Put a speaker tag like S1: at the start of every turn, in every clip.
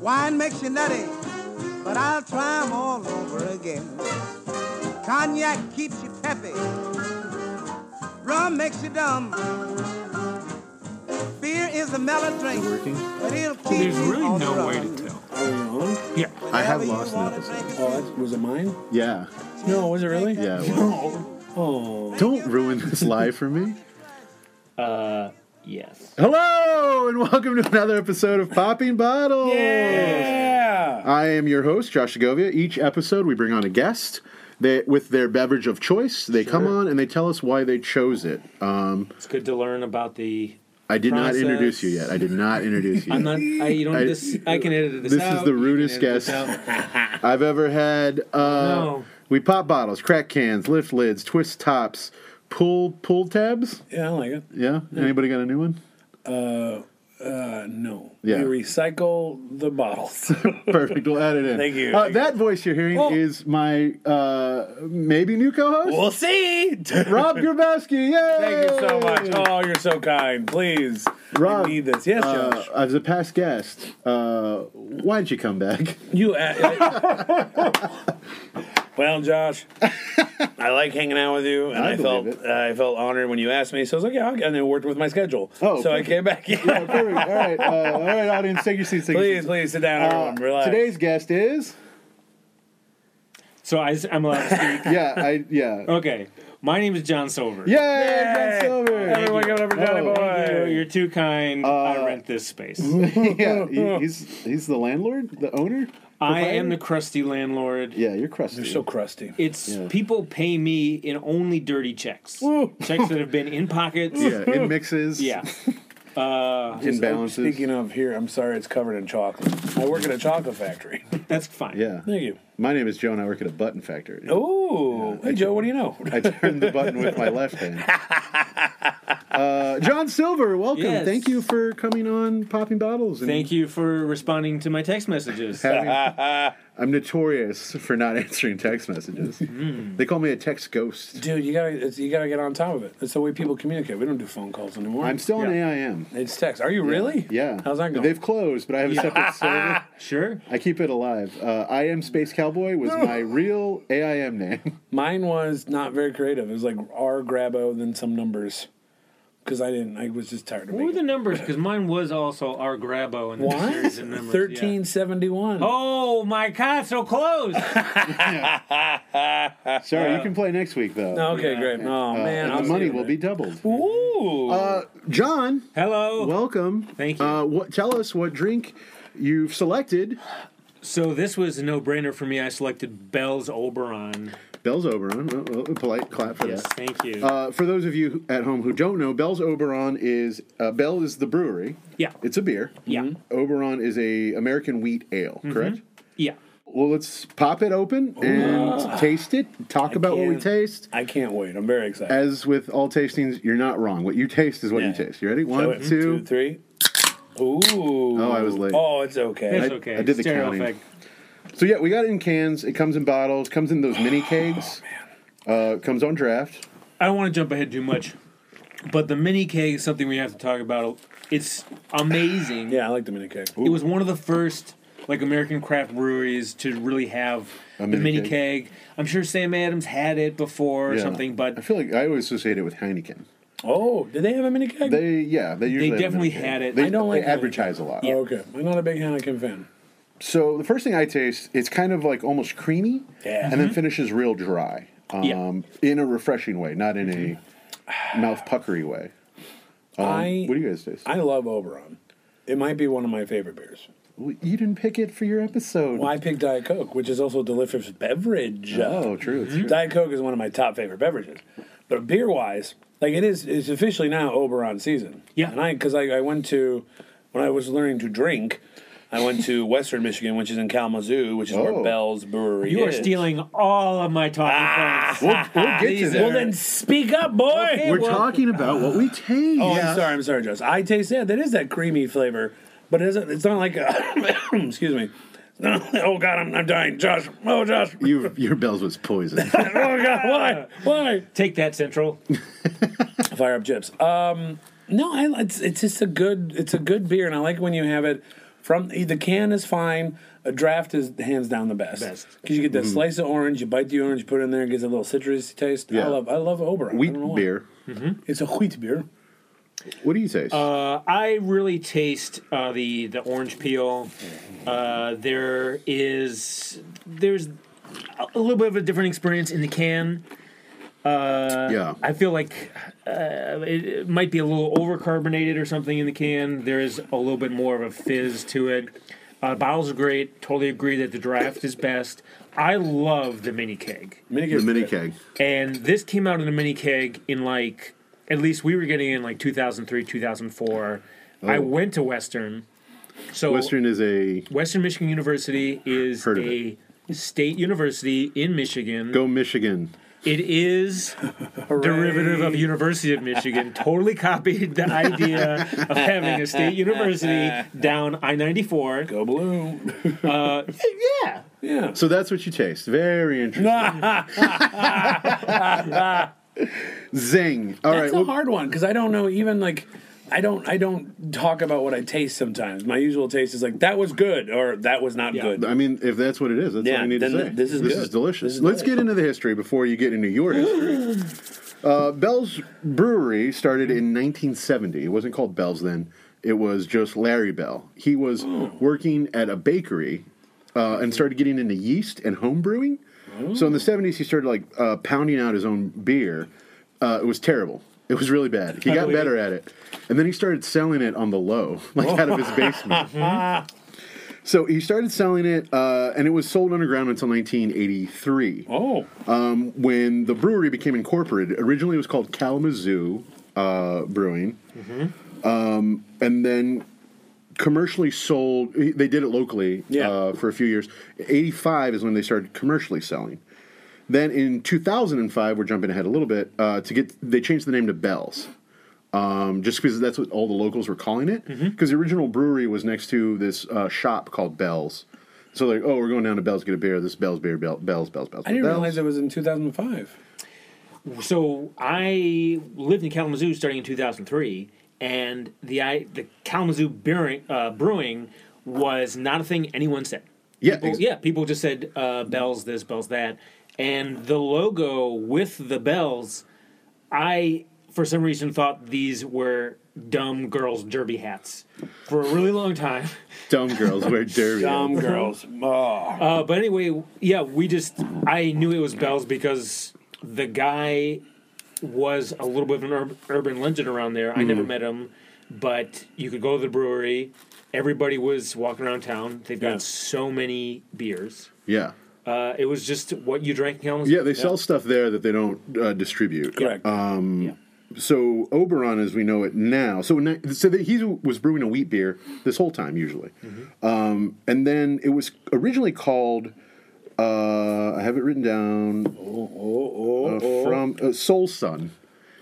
S1: wishy nutty, but I'll try 'em all over again. Cognac keeps you peppy, rum makes you dumb. Beer is a mellow drink,
S2: Working?
S1: but it'll keep
S3: There's
S1: you
S3: really
S1: on
S3: no
S1: the
S3: way
S1: run.
S3: to tell.
S4: Are we on?
S3: Yeah.
S2: I have
S1: Whenever you
S2: lost an
S1: wanna
S2: episode.
S1: drink a
S4: Oh,
S1: sip,
S4: that- was it mine?
S2: Yeah.
S4: No, was it really?
S2: Yeah. it was.
S3: No.
S4: Oh.
S2: Don't ruin this live for me.
S5: Uh, yes.
S2: Hello and welcome to another episode of Popping Bottles.
S4: Yeah.
S2: I am your host, Josh Segovia. Each episode, we bring on a guest that with their beverage of choice. They come on and they tell us why they chose it. Um,
S5: It's good to learn about the.
S2: I did
S5: Process.
S2: not introduce you yet. I did not introduce you.
S5: I'm not. I you don't.
S2: I-
S5: this I can edit this.
S2: this is
S5: out,
S2: the
S5: you can
S2: rudest
S5: edit this
S2: guess.
S5: out.
S2: I've ever had. Uh,
S5: No.
S2: We pop bottles, crack cans, lift lids, twist tops, pull pull tabs.
S4: Yeah, I like it.
S2: Yeah. Anybody got a new one?
S4: Uh, no.
S2: Yeah.
S4: We recycle the bottles.
S2: Perfect. We'll add it in.
S4: Thank you.
S2: Uh,
S4: Thank
S2: that voice you're hearing
S4: Well-
S2: is my uh, maybe new co-host,
S4: we'll see.
S2: Rob Grabowski. Yay!
S4: Thank you so much. Oh, you're so kind. Please.
S2: Rob,
S4: I need this. Yes,
S2: Uh,
S4: Josh.
S2: as a past guest, uh, why didn't you come back?
S4: You. A- well, Josh, I like hanging out with you, and
S2: I
S4: I, felt uh,
S2: believe it.
S4: I felt honored when you asked me. So I was like, yeah, okay. and it worked with my schedule.
S2: Oh,
S4: so I
S2: perfect.
S4: came back.
S2: all right, uh, all right, audience, take your seats. Take
S4: please, please sit down,
S2: Uh,
S4: everyone. Relax.
S2: today's guest is
S5: So I, am allowed to speak.
S2: yeah, I yeah,
S5: Okay. My name is John Silver.
S2: yay, John Silver.
S4: Everyone, give it up for Johnny
S2: Oh.
S5: You're,
S4: Boy.
S5: Uh, you're too kind.
S2: Uh,
S5: I rent this space.
S2: yeah, he- he's he's the landlord, the owner.
S5: I am the crusty landlord.
S2: Yeah, you're crusty.
S4: You're so crusty.
S5: It's
S2: Yeah.
S5: people pay me in only dirty checks.
S4: Woo.
S5: Checks that have been in pockets.
S2: yeah, in mixes.
S5: Yeah.
S2: imbalances.
S4: Speaking of here, I'm sorry it's covered in chocolate. I work at a chocolate factory.
S5: That's fine.
S2: Yeah.
S4: Thank you.
S2: My name is Joe, and I work at a button factory.
S4: Oh, hey Joe, what do you know?
S2: I turned the button with my left hand. Uh, John Silver, welcome.
S5: Yes.
S2: Thank you for coming on Popping Bottles. And
S5: Thank you for responding to my text messages.
S2: Having, I'm notorious for not answering text messages.
S4: Hmm.
S2: They call me a text ghost.
S4: Dude, you gotta it's, you gotta get on top of it. That's the way people communicate. We don't do phone calls anymore.
S2: I'm still an AIM.
S4: it's text. Are you really?
S2: Yeah.
S4: How's that going?
S2: They've closed, but I have a separate server.
S5: Sure.
S2: I keep it alive. Uh, I am Space Cowboy was my real AIM name.
S4: Mine was not very creative. It was like R Grabo, then some numbers. Because I didn't. I was just tired of
S5: What were the
S4: making.
S5: numbers? Because mine was also our Grabo and the
S4: What?
S5: series and numbers.
S4: Thirteen
S5: yeah.
S4: seventy one.
S5: Oh my God! So close.
S2: Sorry, you can play next week though.
S4: Okay,
S5: Yeah.
S4: great. Oh
S2: Uh,
S4: man,
S2: and
S4: I'll
S2: the
S4: see
S2: money
S4: you
S2: will be
S4: later.
S2: doubled.
S4: Ooh.
S2: Uh, John,
S5: Hello.
S2: welcome.
S5: Thank you.
S2: Uh, what, tell us what drink you've selected.
S5: so this was a no-brainer for me. I selected Bell's Oberon.
S2: Bell's Oberon. Oh, oh, polite clap for
S5: Yes,
S2: that.
S5: thank you.
S2: Uh, for those of you at home who don't know, Bell's Oberon is uh, Bell is the brewery.
S5: yeah.
S2: It's a beer.
S5: Yeah.
S2: Oberon is a American wheat ale. Correct.
S5: Yeah.
S2: Well, let's pop it open and taste it. Talk about what we
S4: can't-
S2: taste.
S4: I can't wait. I'm very excited.
S2: As with all tastings, you're not wrong. What you taste is what you
S4: Yeah.
S2: taste. You ready?
S4: So
S2: One,
S4: it-
S2: two.
S4: two, three. Ooh.
S2: Oh, I was late.
S4: Oh, it's okay.
S5: It's okay.
S2: I did the
S5: Stereo
S2: counting.
S5: effect.
S2: So yeah, we got it in cans. It comes in bottles. Comes in those mini kegs. Uh, comes on draft.
S5: I don't want to jump ahead too much, but the mini keg is something we have to talk about. It's amazing.
S4: yeah, I like the mini cake.
S5: It was one of the first like American craft breweries to really have
S2: A
S5: the
S2: mini
S5: mini keg. I'm sure Sam Adams had it before or
S2: Yeah.
S5: something, but
S2: I feel like I always associate it with Heineken.
S4: Oh, did they have a mini cake?
S2: They yeah, they usually have a
S5: definitely
S2: mini keg.
S5: had it.
S2: They,
S4: I don't like
S2: they advertise a lot.
S4: Oh, okay. I'm not a big Heineken fan.
S2: So the first thing I taste, it's kind of like almost creamy,
S4: Yeah.
S2: and then finishes real dry. Um,
S5: Yeah.
S2: in a refreshing way, not in a mouth puckery way. Um,
S4: I
S2: What do you guys taste?
S4: I love Oberon. It might be one of my favorite beers.
S2: Well, you didn't pick it for your episode.
S4: Well, I picked Diet Coke, which is also a delicious beverage. Uh,
S2: Oh, true. it's true.
S4: Diet Coke is one of my top favorite beverages. But beer wise, like it is, it's officially now Oberon season.
S5: Yeah.
S4: And I, because I, I went to, when I was learning to drink, I went to Western Michigan, which is in Kalamazoo, which is
S2: Oh.
S4: where Bell's Brewery
S5: you are
S4: is.
S5: stealing all of my talking points.
S2: We'll, we'll get to
S5: These
S2: that.
S4: Well, then speak up, boy.
S2: We're
S5: well-
S2: talking about what we taste.
S4: Oh, I'm sorry. I'm sorry, Josh. I taste that. That is that creamy flavor, but it isn't, it's not like a, excuse me. oh God, I'm, I'm dying, Josh. Oh Josh.
S2: You, your bells was poison.
S4: oh God, why? Why?
S5: Take that, Central.
S4: Fire up chips. Um, no, I, it's it's just a good it's a good beer, and I like when you have it from the can is fine. a draft is hands down the best.
S5: Best.
S4: because you get
S2: Mm-hmm.
S4: that slice of orange, you bite the orange, put it in there, it gets a little citrusy taste.
S2: Yeah.
S4: I love I love Oberon. I
S2: Wheat
S4: don't know why.
S2: beer.
S4: It's a wheat beer.
S2: What do you taste?
S5: Uh, I really taste uh, the the orange peel. Uh, there is there's a a little bit of a different experience in the can.
S2: yeah.
S5: I feel like uh, it, it might be a little overcarbonated or something in the can. There is a little bit more of a fizz to it. Uh, bottles are great. Totally agree that the draft is best. I love the mini keg.
S4: Mini
S2: the mini keg.
S5: And this came out in the mini keg in like, at least we were getting it in like 2003, 2004. I went to Western. So
S2: Oh. Western is a
S5: Western Michigan University is
S2: Heard of
S5: a state university in Michigan.
S2: go Michigan.
S5: It is derivative of University of Michigan. totally copied the idea of having a state university down I ninety four.
S4: Go blue.
S5: Yeah,
S4: Uh, Yeah.
S2: So that's what you taste. Very interesting. Zing. All right.
S4: That's
S2: well-
S4: a hard one because I don't know even like I don't I don't talk about what I taste sometimes. My usual taste is like that was good or that was not good.
S2: I mean, if that's what it is, that's
S4: Yeah,
S2: all you need to
S4: then
S2: say.
S4: th- this is good.
S2: delicious.
S4: This is
S2: Let's
S4: delicious.
S2: get into the history before you get into your history. uh, Bell's Brewery started in 1970. It wasn't called Bell's then. It was just Larry Bell. He was
S4: Oh.
S2: working at a bakery uh, and started getting into yeast and home brewing. So
S4: Oh.
S2: in the 70s, he started like uh, pounding out his own beer. Uh, it was terrible. It was really bad. He got
S5: believe
S2: better at it, and then he started selling it on the low, like out of his basement. So he started selling it, uh, and it was sold underground until 1983
S4: Oh,
S2: when the brewery became incorporated. Originally, it was called Kalamazoo uh, Brewing,
S4: Mm-hmm.
S2: um, and then commercially sold. They did it locally
S4: Yeah.
S2: uh, for a few years. Eighty-five is when they started commercially selling. Then in 2005, we're jumping ahead a little bit uh, to get. They changed the name to Bell's. Um, just because that's what all the locals were calling it. Because
S4: Mm-hmm.
S2: the original brewery was next to this uh, shop called Bell's. So, like, oh, we're going down to Bell's to get a beer. This is Bell's beer, Bell, Bell's, Bell's, Bell's.
S4: I didn't
S2: Bell's.
S4: realize it was in 2005.
S5: so I lived in Kalamazoo starting in 2003, and the I, the Kalamazoo brewing, uh, brewing was not a thing anyone said.
S2: Yeah,
S5: people,
S2: ex-
S5: yeah. People just said uh, bells this, bells that, and the logo with the bells. I for some reason thought these were dumb girls' derby hats for a really long time.
S2: Dumb girls wear derby.
S4: Dumb girls. Oh.
S5: Uh, but anyway, yeah, we just I knew it was Bell's because the guy was a little bit of an ur- urban legend around there. I
S4: Mm.
S5: never met him, but you could go to the brewery. Everybody was walking around town. They've got
S4: Yeah.
S5: so many beers.
S2: Yeah.
S5: Uh, it was just what you drank in Kalamazoo.
S2: Yeah, they sell stuff there that they don't uh, distribute.
S4: Correct.
S2: So Oberon, as we know it now, so ni- so that he was brewing a wheat beer this whole time usually,
S4: Mm-hmm.
S2: um, and then it was originally called. Uh, I have it written down uh, from uh, Soul Sun.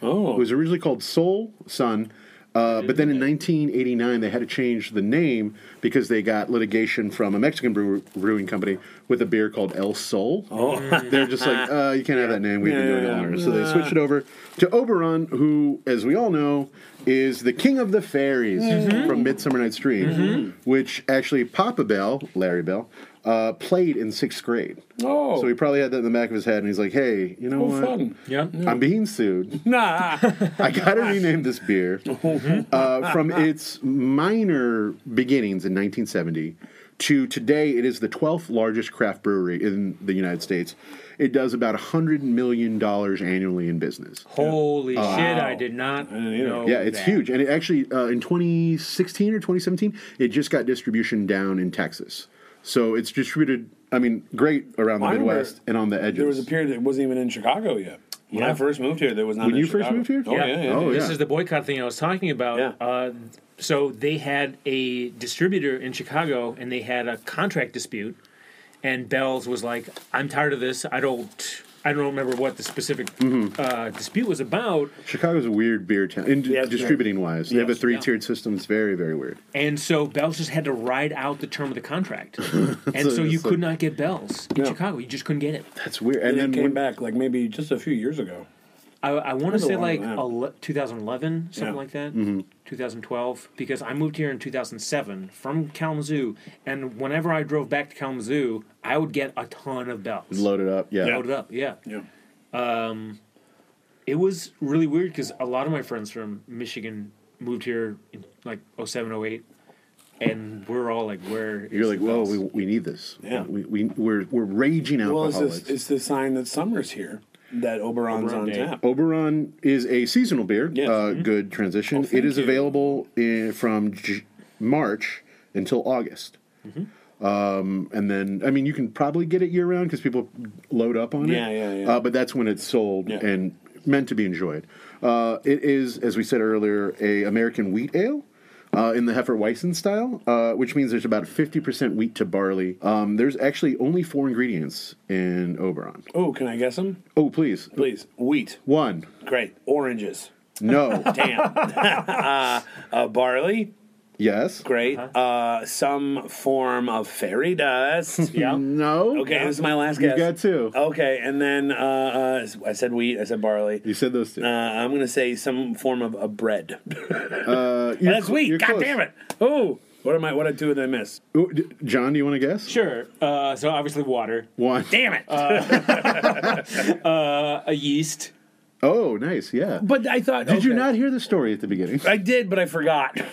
S4: oh.
S2: It was originally called Soul Sun, uh, but then in 1989 they had to change the name because they got litigation from a Mexican brew- brewing company with a beer called El Sol. They're just like, uh, you can't have that name. We've been doing it
S4: Oh. Yeah.
S2: longer, so they switched it over to Oberon, who, as we all know, is the king of the fairies
S4: Mm-hmm.
S2: from Midsummer Night's Dream, which actually Papa Bell, Larry Bell, uh, played in sixth grade.
S4: oh.
S2: So he probably had that in the back of his head, and he's like, "Hey, you know
S4: oh,
S2: what?
S4: fun.
S5: Yeah.
S2: I'm being sued."
S4: Nah.
S2: I gotta rename this beer uh, from its minor beginnings in 1970 to today. It is the 12th largest craft brewery in the United States. It does about 100 million dollars annually in business.
S5: Holy shit! I did not
S4: either.
S5: know.
S2: Yeah, it's
S5: that.
S2: huge, and it actually uh, in 2016 or 2017, it just got distribution down in Texas. So it's distributed. I mean, great around the
S4: I remember
S2: Midwest and on the edges.
S4: There was a period that wasn't even in Chicago yet. When
S5: Yeah.
S4: I first moved here, there was not.
S2: When
S4: in
S2: you first
S4: Chicago.
S2: moved here?
S4: Oh yeah. yeah,
S2: Oh,
S5: This
S2: yeah.
S5: is the boycott thing I was talking about.
S4: Yeah.
S5: Uh, so they had a distributor in Chicago, and they had a contract dispute. And Bell's was like, "I'm tired of this. I don't. I don't remember what the specific
S2: Mm-hmm.
S5: uh, dispute was about."
S2: Chicago's a weird beer town, in
S4: Yes,
S2: distributing wise. They have a
S4: Yes, yeah.
S2: three tiered system. It's very, very weird.
S5: And so Bell's just had to ride out the term of the contract, and
S2: So
S5: so, you
S2: it's like-
S5: could not get Bell's in
S4: Yeah.
S5: Chicago. You just couldn't get it.
S2: That's weird. And,
S4: And it
S2: then
S4: came
S2: when-
S4: back like maybe just a few years ago.
S5: I, I want to say
S4: long
S5: like
S4: that.
S5: ele- 2011, something
S4: Yeah.
S5: like that.
S2: Mm-hmm.
S5: 2012, because I moved here in 2007 from Kalamazoo, and whenever I drove back to Kalamazoo, I would get a ton of bells.
S2: Load it up. Yeah.
S4: Yeah.
S5: Loaded up, yeah.
S4: Yeah.
S5: It was really weird because a lot of my friends from Michigan moved here in like 07, 08, and we're all like, where? is
S2: You're like,
S5: the
S2: whoa,
S5: bells?"
S2: we, we need this.
S4: Yeah.
S2: We, we, we're, we're raging
S4: Well,
S2: alcoholics.
S4: it's, this, it's the sign that summer's here, that Oberon's
S5: Oberon
S4: on
S5: Day.
S4: tap.
S2: Oberon is a seasonal beer.
S4: Yes. Mm-hmm. Oh,
S2: Uh, Good transition. it is
S4: you.
S2: available in, from J- March until August.
S4: Mm-hmm.
S2: Um, and then, I mean, you can probably get it year round because people load up on
S4: Yeah,
S2: it.
S4: yeah, yeah.
S2: Uh, but that's when it's sold
S4: Yeah.
S2: and meant to be enjoyed. Uh, it is, as we said earlier, a American wheat ale. Uh, in the Hefeweizen style, uh, which means there's about 50% wheat to barley. Um, there's actually only four ingredients in Oberon.
S4: Oh, can I guess them?
S2: Oh, please.
S4: Please. Wheat.
S2: One.
S4: Great. Oranges.
S2: No.
S4: Damn. uh, uh, barley.
S2: yes.
S4: Great. uh
S5: Uh-huh.
S4: some form of fairy dust.
S5: Yeah.
S2: No.
S4: Okay, this is my last
S2: You
S4: guess. Oh.
S2: got two.
S4: Okay, and then uh, uh, I said wheat. I said barley.
S2: You said those two.
S4: Uh, I'm gonna say some form of a bread.
S2: Uh, you're
S4: That's
S2: cl-
S4: wheat.
S2: you're
S4: God
S2: close.
S4: damn it! Oh, what am I? What did two of them miss?
S2: Ooh, d- John, do you want to guess?
S5: Sure. Uh, so obviously, water,
S2: One.
S4: Damn it!
S2: Uh,
S5: a yeast.
S2: Oh, nice. Yeah.
S4: but I thought.
S2: Did you
S4: okay.
S2: not hear the story at the beginning?
S4: I did, but I forgot.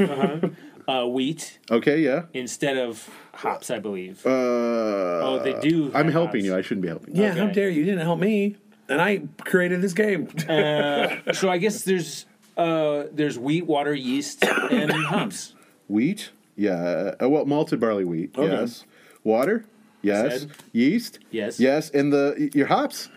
S5: uh, wheat
S2: Okay. Yeah.
S5: instead of hops, I believe.
S2: Uh, oh,
S5: they do
S2: I'm
S5: have
S2: helping
S5: hops.
S2: you. I shouldn't be helping. you.
S4: yeah, how
S5: Okay.
S4: dare you? You didn't help me, and I created this game.
S2: Uh,
S5: so I guess there's uh, there's wheat, water, yeast, and hops.
S2: Wheat. Yeah. Uh, well, malted barley wheat.
S4: Okay.
S2: Yes. Water. Yes.
S5: Said.
S2: Yeast.
S5: Yes.
S2: Yes. And the y- your hops.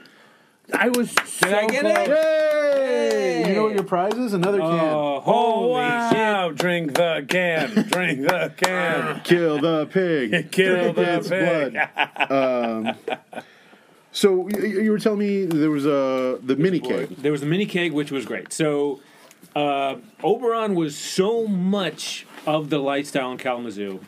S4: I was.
S5: Did I get it?
S2: Yay! You know what your prize is? Another can.
S5: Oh, holy
S4: Oh wow! Drink the can. Drink the can.
S2: Kill the pig.
S4: Kill
S2: Drink
S4: the
S2: its
S4: pig.
S2: blood. So you, you were telling me there was a the mini
S5: shit!
S2: keg.
S5: There was a mini keg, which was great. So uh, Oberon was so much of the lifestyle in Kalamazoo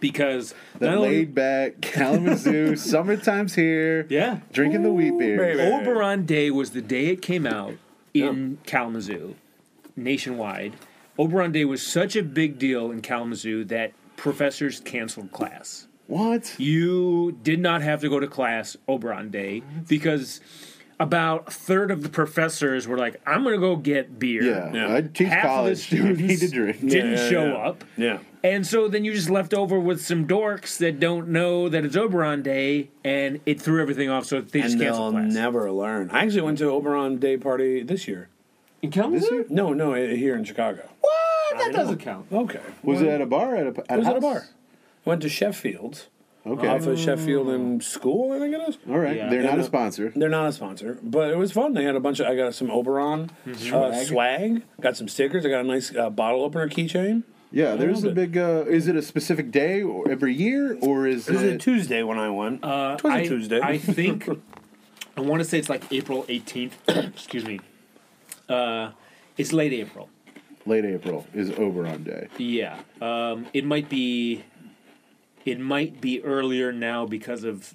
S5: because
S2: The
S5: not only-
S2: laid back Kalamazoo, summertime's here.
S5: yeah,
S2: Drinking the wheat beer.
S4: baby.
S5: Oberon Day was the day it came out in Kalamazoo, nationwide. Oberon Day was such a big deal in Kalamazoo that professors canceled class.
S2: What?
S5: you did not have to go to class Oberon Day because about a third of the professors were like, "I'm going to go get beer."
S2: Yeah.
S4: Yeah.
S2: I teach
S5: Half of the
S2: college. You
S5: students
S2: need to drink.
S5: didn't
S4: Yeah, yeah,
S5: show
S4: yeah.
S5: up,
S4: Yeah.
S5: and so then you just left over with some dorks that don't know that it's Oberon Day, and it threw everything off. So they just
S4: and they'll
S5: canceled class.
S4: never learn. I actually went to Oberon Day party this year.
S5: In Kalamazoo?
S4: No, no, i- here in Chicago.
S5: What? That doesn't count.
S4: Okay.
S2: Was
S4: Well,
S2: it at a bar? or At a, at
S4: it was at
S2: a
S4: a Uh,
S2: house?
S4: bar. Went to Sheffield,
S2: Okay.
S4: off of Sheffield and School. I think it is.
S2: All right.
S5: Yeah.
S2: They're
S5: Yeah,
S2: not
S4: no.
S2: a sponsor.
S4: They're not a sponsor, but it was fun. They had a bunch of. I got some Oberon uh,
S2: Swag.
S4: swag. Got some stickers. I got a nice uh, bottle opener keychain.
S2: Yeah. There's a
S4: loved
S2: big. Uh, is it a specific day or every year or is
S4: It was a
S2: it?
S4: Tuesday when I went.
S5: Uh,
S4: it was
S5: I-
S4: a Tuesday.
S5: I think I want to say it's like April 18th. Excuse me. Uh, it's late April.
S2: Late April is Oberon Day.
S5: Yeah, um, it might be, it might be earlier now because of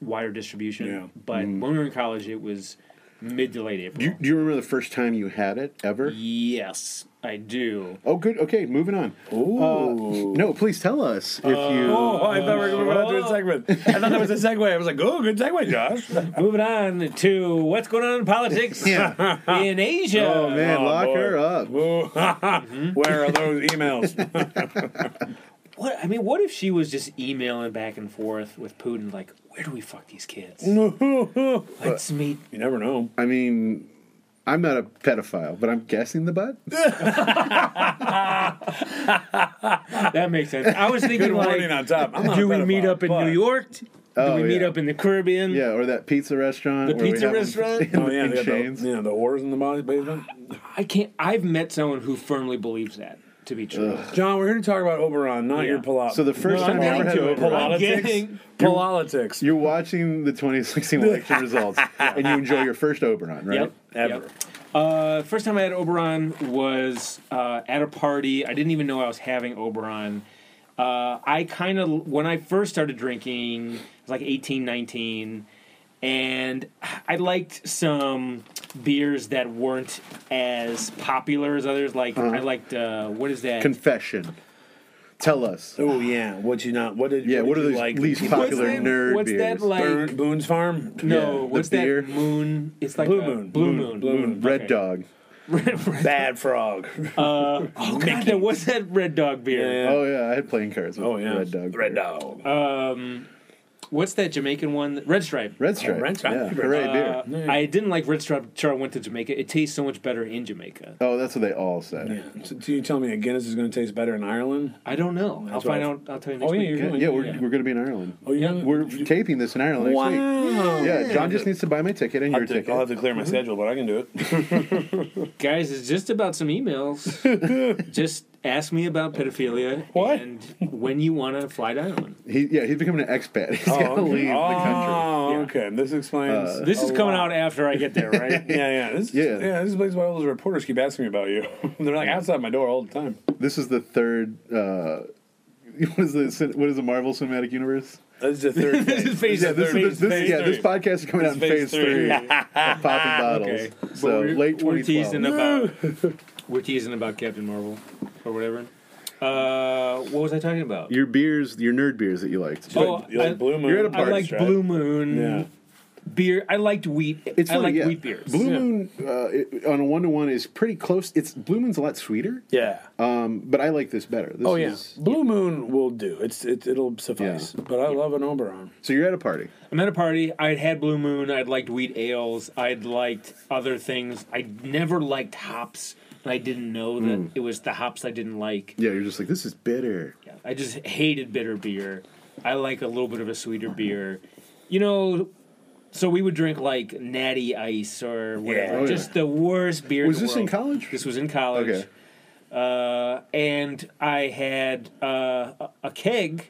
S5: wider distribution.
S4: Yeah.
S5: But when we were in college, it was mid to late April.
S2: Do you, do you remember the first time you had it ever?
S5: yes, I do.
S2: Oh, good. Okay, moving on.
S4: Ooh.
S2: No, please tell us if you.
S4: Oh, I thought we were going to do a segment. I thought that was a segue. I was like, oh, good segue, Josh.
S5: Moving on to what's going on in politics
S2: Yeah.
S5: in Asia.
S2: Oh man,
S4: Oh,
S2: lock
S4: boy.
S2: her up.
S4: Ooh,
S2: Mm-hmm.
S4: Where are those emails?
S5: What I mean, what if she was just emailing back and forth with Putin, like, where do we fuck these kids?
S4: you
S5: Let's meet.
S4: never know.
S2: I mean, I'm not a pedophile, but I'm guessing the butt.
S5: That makes sense. I was thinking,
S4: Good
S5: like,
S4: morning on top. I'm not a
S5: do we meet
S4: pedophile,
S5: up in
S4: but-
S5: New York? Do
S2: Oh,
S5: we meet
S2: yeah.
S5: up in the Caribbean?
S2: Yeah, or that pizza restaurant.
S5: The
S2: where we
S5: pizza
S2: have them
S5: restaurant?
S2: in,
S4: Oh yeah,
S2: in
S4: they got
S2: chains.
S4: the, yeah, the whores in the body basement.
S5: I can't. I've met someone who firmly believes that to be true.
S4: John, we're here to talk about Oberon, not
S5: Yeah.
S4: your politics.
S2: So the first
S5: No, I'm
S2: time you ever had
S5: getting to it. I'm
S2: Oberon,
S4: politics,
S5: getting-
S4: politics,
S2: you're watching the 2016 election results, and you enjoy your first Oberon, right?
S5: Yep.
S4: ever.
S5: Yep. Uh, first time I had Oberon was uh, at a party. I didn't even know I was having Oberon. Uh, I kind of when I first started drinking, I was like 18, 19, and I liked some beers that weren't as popular as others. Like I liked uh, what is that?
S2: Confession. Tell us.
S4: Oh yeah, what you not? What did?
S2: Yeah,
S4: what,
S2: what
S4: did
S2: are
S4: you
S2: the
S4: like?
S2: least
S4: People-
S2: popular
S5: that-
S2: nerd
S5: what's
S2: beers?
S5: that like-
S4: Burn- Boone's Farm.
S5: no,
S2: the
S5: what's
S2: beer.
S5: that moon? It's like
S4: Blue
S5: a-
S4: Moon.
S5: Blue
S4: Moon,
S5: Moon.
S4: Blue Moon.
S2: Red
S5: Okay.
S2: Dog.
S5: Red- red-
S4: Bad Frog.
S5: oh god, that was that Red Dog beer.
S2: Oh yeah, I had playing cards. With
S4: Oh yeah,
S2: Red Dog.
S4: Red Dog.
S5: Um, what's that Jamaican one? Red Stripe.
S2: Red Stripe.
S4: Red Stripe.
S2: Yeah, hooray
S5: Uh,
S2: beer.
S5: I didn't like Red Stripe until I went to Jamaica. It tastes so much better in Jamaica.
S2: Oh, that's what they all said.
S4: yeah. So, do you tell me that Guinness is going to taste better in Ireland?
S5: I don't know. I'll
S4: That's what
S5: find
S4: I-
S5: out. I'll tell you next
S4: Oh, yeah,
S5: week.
S4: you're
S2: Yeah,
S4: Really?
S2: yeah, we're,
S5: Yeah.
S2: we're gonna be in Ireland.
S4: Oh yeah.
S2: We're taping this in Ireland next week.
S4: Wow.
S2: Yeah, John just needs to Mm-hmm. buy my ticket and
S4: I'll
S2: your
S4: have, to, I'll have
S2: ticket.
S4: to clear my schedule, but I can do it.
S5: Guys, it's just about some emails. just ask me about pedophilia
S4: What?
S5: and when you want to fly to Ireland.
S2: He, yeah, he's becoming an expat. He's
S4: Oh,
S2: gotta
S4: okay.
S2: leave the country.
S4: Oh,
S5: Yeah.
S4: okay. This explains.
S2: Uh,
S5: This is
S4: a
S5: coming
S4: lot.
S5: out after I get there, right?
S4: Yeah, yeah. This,
S2: Yeah.
S4: yeah, yeah. This explains why all those reporters keep asking me about you. They're like outside my door all the time.
S2: This is the third. Uh, what is the cin- what is the Marvel Cinematic Universe?
S4: That's the third.
S5: This is phase
S2: Yeah, this,
S5: three.
S2: this, this,
S4: phase
S2: yeah, this
S4: three.
S2: podcast is coming out in phase
S4: phase
S2: three.
S4: three.
S2: of Popping bottles.
S5: Okay.
S2: So
S5: But we're,
S2: late
S5: we're teasing
S2: 2012.
S5: about we're teasing about Captain Marvel or whatever. Uh, what was I talking about?
S2: Your beers, your nerd beers that you liked.
S5: Oh,
S4: Like, like
S5: I-
S4: Blue Moon.
S2: you're at a
S5: I
S2: party,
S5: liked
S4: right?
S5: Blue Moon
S4: Yeah.
S5: beer. I liked wheat.
S2: It's
S5: I
S2: funny,
S5: like
S2: yeah.
S5: wheat beers.
S2: Blue
S4: Yeah.
S2: Moon uh, it, on a one to one is pretty close. It's Blue Moon's a lot sweeter,
S4: Yeah.
S2: um, but I like this better. This
S4: oh yeah.
S2: is-
S4: Blue Moon will do. It's it, it'll suffice.
S2: Yeah.
S4: But I love an Oberon.
S2: So you're at a party.
S5: I'm at a party. I'd had Blue Moon. I'd liked wheat ales. I'd liked other things. I never liked hops, and I didn't know that
S2: Hmm.
S5: it was the hops I didn't like.
S2: Yeah, you're just like this is bitter.
S5: Yeah, I just hated bitter beer. I like a little bit of a sweeter beer. You know, so we would drink like Natty Ice or whatever.
S4: Yeah.
S2: Oh,
S5: just
S2: yeah.
S5: the worst beer. in
S2: Was
S5: the
S2: this in
S5: world.
S2: college?
S5: This was in college.
S2: Okay.
S5: Uh, and I had uh, a- a keg.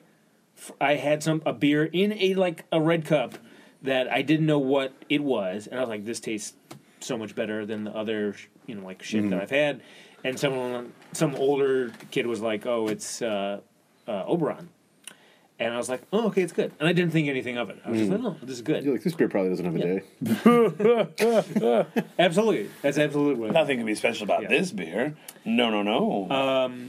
S5: f- I had some a beer in a like a red cup that I didn't know what it was, and I was like, "This tastes so much better than the other, sh- you know, like shit that I've had." And someone, some older kid was like, "Oh, it's uh, uh, Oberon," and I was like, "Oh, okay, it's good." And I didn't think anything of it. I was just like, "No, this is good."
S2: You're like this beer probably doesn't have a day.
S5: Absolutely, that's absolutely what. it
S4: Nothing can be special about this beer. No, no, no.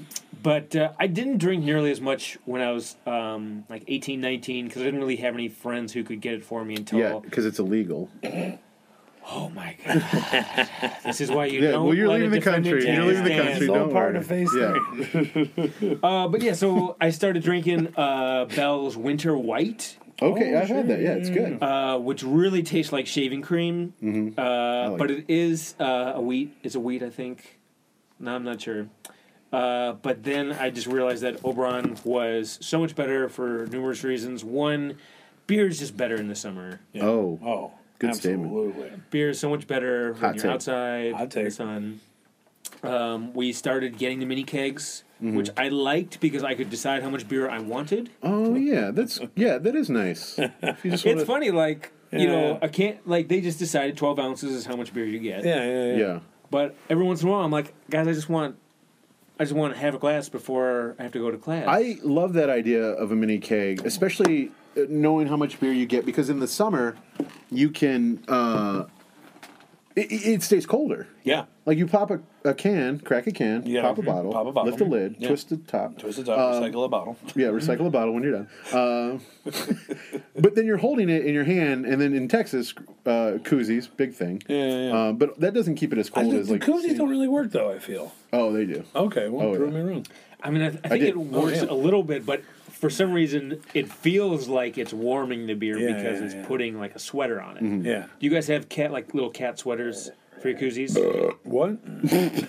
S5: But uh, I didn't drink nearly as much when I was um, like 18, 19, because I didn't really have any friends who could get it for me until.
S2: Yeah, because it's illegal.
S5: Oh my god! this is why you
S2: Yeah,
S5: don't.
S2: well, you're
S5: let a
S2: leaving the
S5: defendant
S2: country.
S5: take
S2: You're leaving the
S5: a stand.
S2: country.
S4: It's all
S2: Don't
S4: part
S2: worry.
S4: of phase
S2: yeah.
S5: Uh, but yeah, so I started drinking uh, Bell's Winter White,
S2: Okay, I've had that. Yeah, it's good.
S4: Mm.
S5: uh, which really tastes like shaving cream,
S2: Mm-hmm.
S5: uh,
S2: like
S5: but
S2: it.
S5: it is uh, a wheat. It's a wheat, I think. No, I'm not sure. Uh, but then I just realized that Oberon was so much better for numerous reasons. One, beer is just better in the summer.
S2: Oh,
S4: oh,
S2: Good
S4: absolutely.
S5: beer is so much better when
S2: Hot
S5: you're
S2: take.
S5: outside
S4: Hot
S5: in the
S4: take.
S5: sun. Um, we started getting the mini kegs,
S2: Mm-hmm.
S5: which I liked because I could decide how much beer I wanted.
S2: oh yeah, that's yeah, that is nice. If you just
S5: It's
S2: wanna-
S5: funny, like you know,
S4: Yeah.
S5: I can't like they just decided twelve ounces is how much beer you get.
S4: Yeah, yeah, yeah.
S2: Yeah,
S5: But every once in a while, I'm like, guys, I just want, I just want to have a glass before I have to go to class.
S2: I love that idea of a mini keg, especially uh, knowing how much beer you get because in the summer you can uh, it, it it stays colder.
S4: Yeah.
S2: Like you pop a, a can, crack a can,
S4: Yeah,
S2: pop a
S4: mhm.
S2: bottle,
S4: Pop a bottle.
S2: lift the lid,
S4: Yeah.
S2: twist the top,
S4: Twist it up, recycle a bottle.
S2: Yeah, recycle a bottle when you're done. Uh, but then you're holding it in your hand, and then in Texas, uh, koozies, big thing.
S4: Yeah, yeah, yeah.
S2: Uh, but that doesn't keep it as
S4: I
S2: cold
S4: think
S2: as
S4: the
S2: like.
S4: koozies don't really work though. I feel.
S2: oh, they do.
S4: Okay, well,
S2: Oh,
S4: prove
S2: yeah.
S4: me wrong.
S5: I mean, I, I think
S2: did.
S5: it works
S4: Oh, yeah.
S5: a little bit, but for some reason, it feels like it's warming the beer
S4: Yeah,
S5: because
S4: yeah,
S5: it's
S4: yeah.
S5: putting like a sweater on it.
S2: Mm-hmm.
S4: Yeah.
S5: Do you guys have cat like little cat sweaters for your koozies?
S4: What?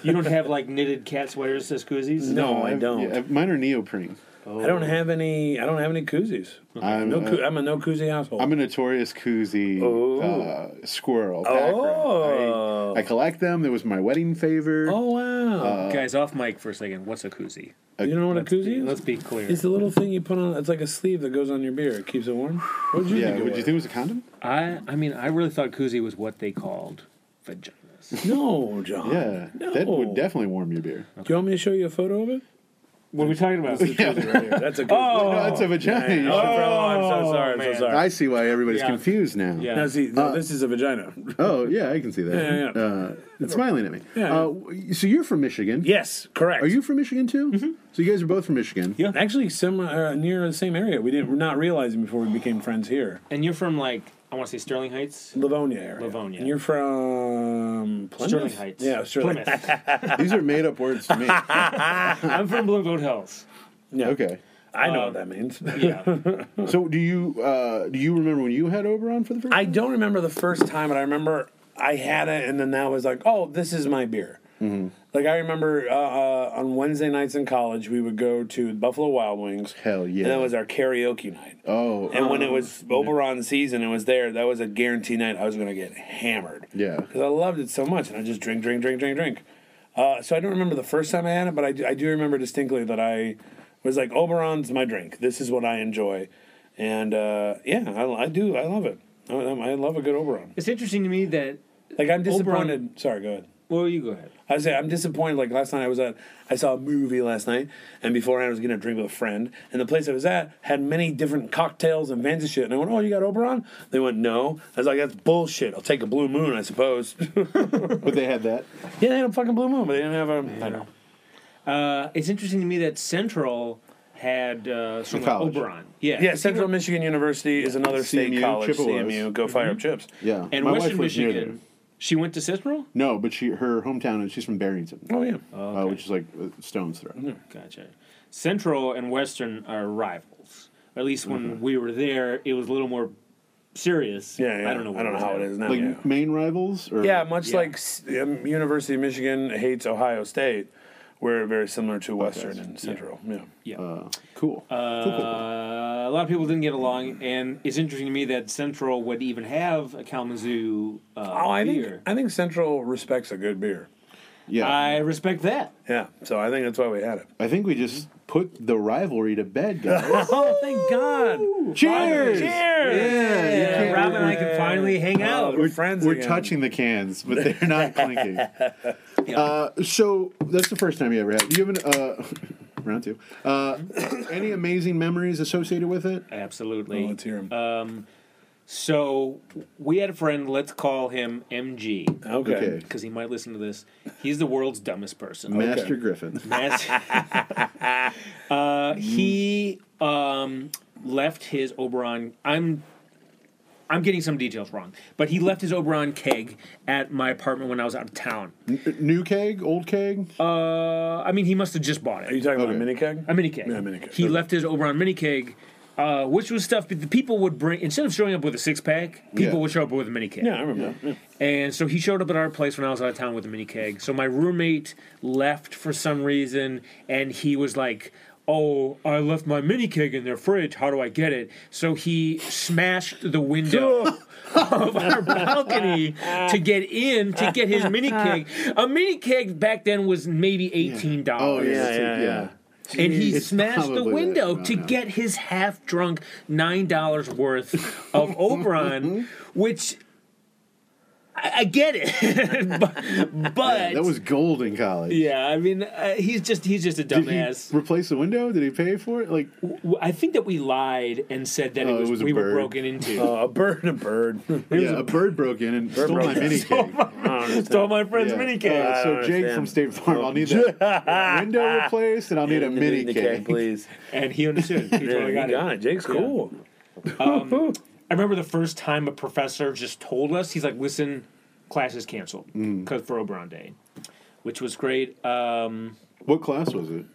S5: you don't have like knitted cat sweaters as koozies?
S4: No, I
S2: I've-
S4: don't.
S2: Uh, yeah, I've- mine are neoprene.
S4: I don't have any. I don't have any koozies.
S2: I'm,
S4: No,
S2: uh,
S4: koo- I'm a no koozie household.
S2: I'm a notorious koozie
S4: Oh.
S2: uh, squirrel.
S4: Oh.
S2: background. I, I collect them. There was my wedding favor.
S4: oh wow!
S2: uh,
S5: Guys, off mic for a second. What's a koozie?
S4: you know what a koozie
S5: Let's
S4: is?
S5: be clear.
S4: It's the little thing you put on. It's like a sleeve that goes on your beer. It keeps it warm. What did you
S2: yeah,
S4: think? it
S2: would you
S4: was?
S2: think it was a condom?
S5: I I mean, I really thought koozie was what they called vaginas.
S4: No, John.
S2: Yeah, that would definitely warm your beer.
S4: Do you want me to show you a photo of it?
S5: What are we talking about?
S4: Right here. That's a good
S5: Oh,
S2: no, it's a vagina.
S4: Oh, I'm so sorry. I'm
S5: man.
S4: so sorry.
S2: I see why everybody's
S5: Yeah.
S2: confused now.
S5: Yeah.
S4: now, see, no, this is a vagina.
S2: Oh, yeah, I can see that.
S4: Yeah, yeah.
S2: Uh, it's smiling at me.
S4: Yeah.
S2: Uh, w- so you're from Michigan.
S4: Yes, correct.
S2: Are you from Michigan too?
S4: Mm-hmm.
S2: So you guys are both from Michigan.
S4: Yeah, actually, similar, uh, near the same area. We didn't, we're not realizing before we became friends here.
S5: And you're from like I want to say Sterling Heights.
S4: Livonia area.
S5: Livonia.
S4: And you're from Plymouth?
S5: Sterling Heights.
S4: Yeah, Sterling.
S5: Plymouth.
S2: These are made up words to me.
S5: I'm from Bloomfield Hills.
S4: Yeah.
S2: Okay.
S4: I know what that means.
S5: Uh, Yeah.
S2: So do you uh, do you remember when you had Oberon for the first
S4: I don't remember the first time, but I remember I had it, and then that was like, oh, this is my beer.
S5: Mm-hmm.
S4: Like I remember uh, uh, on Wednesday nights in college, we would go to Buffalo Wild Wings.
S2: Hell yeah.
S4: And that was our karaoke night.
S2: Oh,
S4: And when it was Oberon season, it was there. That was a guaranteed night. I was going to get hammered.
S2: Yeah.
S4: because I loved it so much, and I just drink, drink, drink, drink, drink. Uh, so I don't remember the first time I had it, but I do, I do remember distinctly that I was like, Oberon's my drink. This is what I enjoy, and uh, yeah, I, I do. I love it. I, I love a good Oberon.
S5: it's interesting to me that.
S4: Like I'm disappointed. Sorry, go ahead.
S5: Well, you go ahead.
S4: I say I'm disappointed. Like last night, I was at I saw a movie last night, and beforehand I was gonna drink with a friend. And the place I was at had many different cocktails and fancy shit. And I went, "Oh, you got Oberon?" They went, "No." I was like, "That's bullshit. I'll take a Blue Moon, I suppose." yeah,
S2: But they had that.
S4: they had a fucking Blue Moon, but they didn't have a. I know.
S5: Uh, it's interesting to me that Central had uh, sort of like
S2: College.
S5: Oberon. Yeah.
S4: Yeah, Central Michigan University is another state
S2: CMU,
S4: college.
S2: Chippewas.
S4: CMU, go fire up chips.
S2: Mm-hmm. Yeah.
S5: And
S2: My wife
S5: Western
S2: lives near
S5: Michigan. She went to Central.
S2: there. No, but she her hometown is she's from Barrington,
S4: Oh yeah.
S2: uh, which is like a stone's throw.
S5: Gotcha. Central and Western are rivals. At least when we were there, it was a little more serious.
S4: Mm-hmm. yeah, yeah.
S5: I don't know.
S4: I don't know how it is now.
S2: Like
S4: yeah.
S2: main rivals or
S4: Yeah, much
S5: Yeah.
S4: like S- um, University of Michigan hates Ohio State, we're very similar to Western and Central. Yeah.
S5: Yeah.
S2: Uh, cool.
S5: Uh, a lot of people didn't get along, and it's interesting to me that Central would even have a Kalamazoo uh,
S4: Oh, I
S5: beer.
S4: think I think Central respects a good beer.
S2: yeah.
S5: I respect that.
S4: Yeah, so I think that's why we had it.
S2: I think we just put the rivalry to bed, guys.
S4: Oh, thank God!
S2: Cheers!
S5: Yeah,
S2: Yeah.
S5: Rob and I can finally hang out.
S4: Oh, We're friends.
S2: We're
S4: again.
S2: touching the cans, but they're not clinking. Uh, so that's the first time you ever had. Do you have an uh, round two? Uh, any amazing memories associated with it?
S5: Absolutely.
S4: Oh, let's hear 'em.
S5: So we had a friend. Let's call him MG
S4: okay.
S2: okay.
S5: because he might listen to this. He's the world's dumbest person.
S2: Master Griffin.
S5: Mas- uh, he um, left his Oberon. I'm I'm getting some details wrong, but he left his Oberon keg at my apartment when I was out of town.
S2: N- New keg, old keg.
S5: Uh, I mean, he must have just bought
S4: Are you
S5: it.
S4: talking about
S2: Okay.
S4: a mini keg?
S5: A mini keg.
S4: Yeah, mini keg.
S5: He
S4: Okay.
S5: left his Oberon mini keg. Uh, which was stuff that the people would bring instead of showing up with a six pack, people
S2: Yeah.
S5: would show up with a mini keg.
S4: Yeah, I remember. Yeah.
S5: And so he showed up at our place when I was out of town with a mini keg. So my roommate left for some reason, and he was like, "Oh, I left my mini keg in their fridge. How do I get it?" So he smashed the window of our balcony to get in to get his mini keg. A mini keg back then was maybe
S2: Oh,
S5: eighteen dollars.
S4: yeah,
S2: it's
S4: yeah, yeah.
S5: And he
S2: It's
S5: smashed the
S2: probably that
S5: window
S2: amount
S5: to
S2: now.
S5: get his half drunk nine dollars worth of Oberon, which I, I get it, but, but yeah,
S2: That was gold in college.
S5: I mean, uh, he's just he's just a
S2: Did he
S5: dumbass.
S2: replace the window? Did he pay for it? Like,
S5: W- I think that we lied and said that
S2: Oh,
S5: it
S2: it
S5: was,
S2: was a
S5: we were
S2: bird.
S5: broken into.
S4: Uh, a bird, a bird.
S2: yeah, a, bird broke in and stole
S4: broke
S2: my
S4: in.
S2: mini keg.
S5: Stole my friend's
S2: Yeah.
S5: mini keg.
S2: Uh, so
S4: don't
S2: Jake
S4: understand.
S2: from State Farm, I'll need that window replaced, and I'll need a mini keg.
S4: please.
S5: and he understood. He
S4: Yeah,
S5: totally
S4: you
S5: got it.
S4: got it. Jake's cool.
S5: I remember the first time a professor just told us, he's like, "Listen, class is canceled
S2: Mm.
S5: because for Oberon Day," which was great. Um,
S2: What class was it?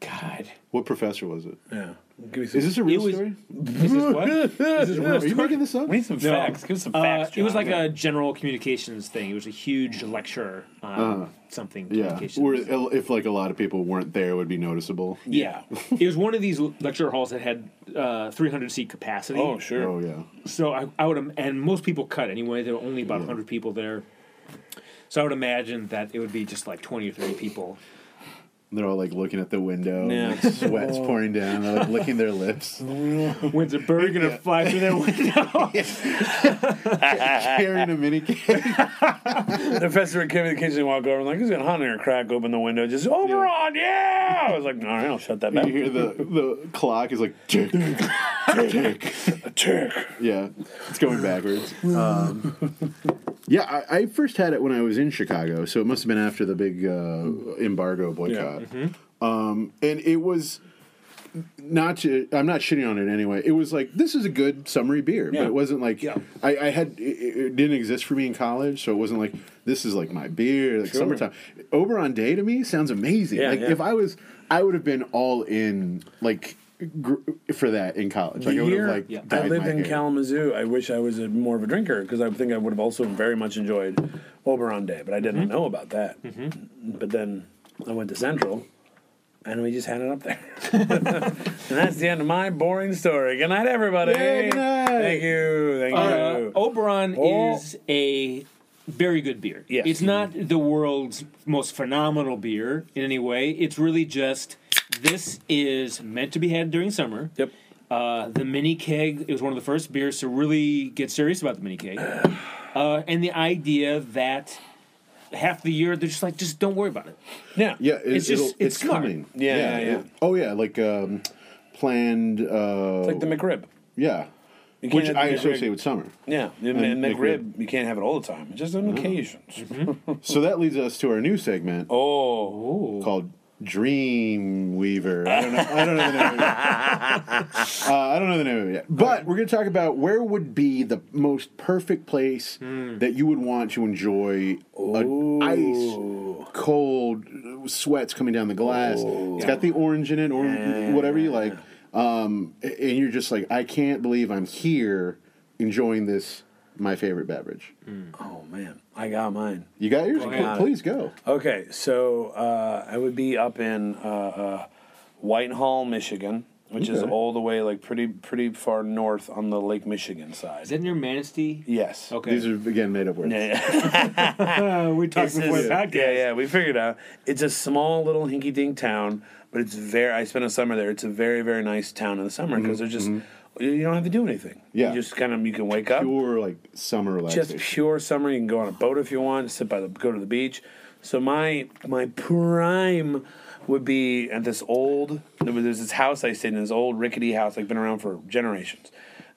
S5: God.
S2: What professor was it?
S4: Yeah. Give me some.
S2: Is this a real
S5: It was-
S2: story?
S5: Is this what? Is this a real
S2: Are you
S5: story?
S2: making this up?
S4: we need some
S5: No.
S4: facts. Give us some
S5: Uh,
S4: facts.
S5: it was like
S4: John.
S5: a general communications thing. It was a huge lecture on something.
S2: Yeah.
S5: communications.
S2: Or if like a lot of people weren't there, it would be noticeable.
S5: yeah. it was one of these lecture halls that had uh, 300 seat capacity.
S4: Oh sure.
S2: Oh yeah.
S5: So I, I would, im- and most people cut anyway. There were only about 100 people there. So I would imagine that it would be just like 20 or 30 people
S2: They're all like looking at the window,
S4: Yeah.
S2: and, like sweat's pouring down, they're like licking their lips,
S5: When's a bird gonna fly through their window?
S2: carrying a mini cake.
S4: The professor would come in the kitchen and walk over and like, who's gonna hunt or crack open the window? Just Oberon, yeah. I was like, all right, I'll shut that
S2: You
S4: back.
S2: hear the the clock is like tick, tick.
S4: Turk.
S2: Yeah, it's going backwards. Um, yeah, I, I first had it when I was in Chicago, so it must have been after the big uh, embargo boycott.
S4: mm-hmm.
S2: Um, and it was not to, I'm not shitting on it anyway. It was like this is a good summery beer, but
S4: Yeah.
S2: it wasn't like
S4: Yeah.
S2: I, I had it, it didn't exist for me in college, so it wasn't like this is like my beer, like
S4: Sure.
S2: summertime. Oberon Day to me sounds amazing.
S4: Yeah,
S2: like
S4: yeah.
S2: if I was, I would have been all in like. Gr- for that in college, like I would have
S4: Here,
S2: like
S5: Yeah. I
S4: I
S2: dyed
S4: lived
S2: my
S4: in
S2: hair.
S4: Kalamazoo. I wish I was a, more of a drinker because I think I would have also very much enjoyed Oberon Day, but I didn't
S2: Mm-hmm.
S4: know about that. But then I went to Central, and we just had it up there. and that's the end of my boring story. Good night, everybody.
S2: Yeah, good night.
S4: Thank you. Thank
S5: Uh,
S4: you.
S5: Oberon
S4: Oh.
S5: is a very good beer.
S4: Yes.
S5: It's not the world's most phenomenal beer in any way. It's really just this is meant to be had during summer.
S4: Yep.
S5: Uh, the mini keg it was one of the first beers to really get serious about the mini keg. Uh, and the idea that half the year they're just like, just don't worry about it.
S4: Yeah.
S2: Yeah, it,
S5: It's
S2: it's
S5: just-
S2: just
S5: it's
S2: it's,
S5: smart.
S2: coming.
S4: Yeah, yeah, yeah.
S2: it- oh yeah, like um, planned. Uh,
S4: Like the McRib.
S2: yeah,
S4: You
S2: which
S4: can't
S2: I
S4: have the
S2: associate
S4: McRib-
S2: with summer.
S4: Yeah, the
S2: And
S4: McRib,
S2: McRib.
S4: You can't have it all the time. Just
S2: Mm-hmm.
S4: on occasions.
S2: So that leads us to our new segment
S4: Oh,
S2: called Dream Weaver. I don't know. I don't know the name. Of it. uh, I don't know the name of it yet. But we're going to talk about where would be the most perfect place that you would want to enjoy a ice cold sweats coming down the glass. It's got the orange in it, or whatever you like. Um, a- and you're just like, I can't believe I'm here enjoying this. My favorite beverage.
S4: oh man, I got mine.
S2: You got yours?
S4: I got it.
S2: Please go.
S4: Okay, so uh, I would be up in uh, uh, Whitehall, Michigan, which is
S2: Okay.
S4: all the way like pretty pretty far north on the Lake Michigan side.
S5: Is that near Manistee?
S4: yes.
S5: Okay.
S2: These are again made up words.
S4: Yeah, yeah.
S5: Uh, we talked
S4: This
S5: before
S4: is-
S5: the podcast.
S4: Yeah, yeah, we figured out. It's a small little hinky dink town, but it's very. I spent a summer there. It's a very very nice town in the
S5: Mm-hmm,
S4: summer because there's just you you don't have to do anything.
S2: Yeah.
S4: you just kind of you can wake up.
S2: Pure like summer relaxation.
S4: just pure summer. You can go on a boat if you want. Sit by the go to the beach. So my my prime would be at this old. There was there's this house I stayed in. This old rickety house, like been around for generations.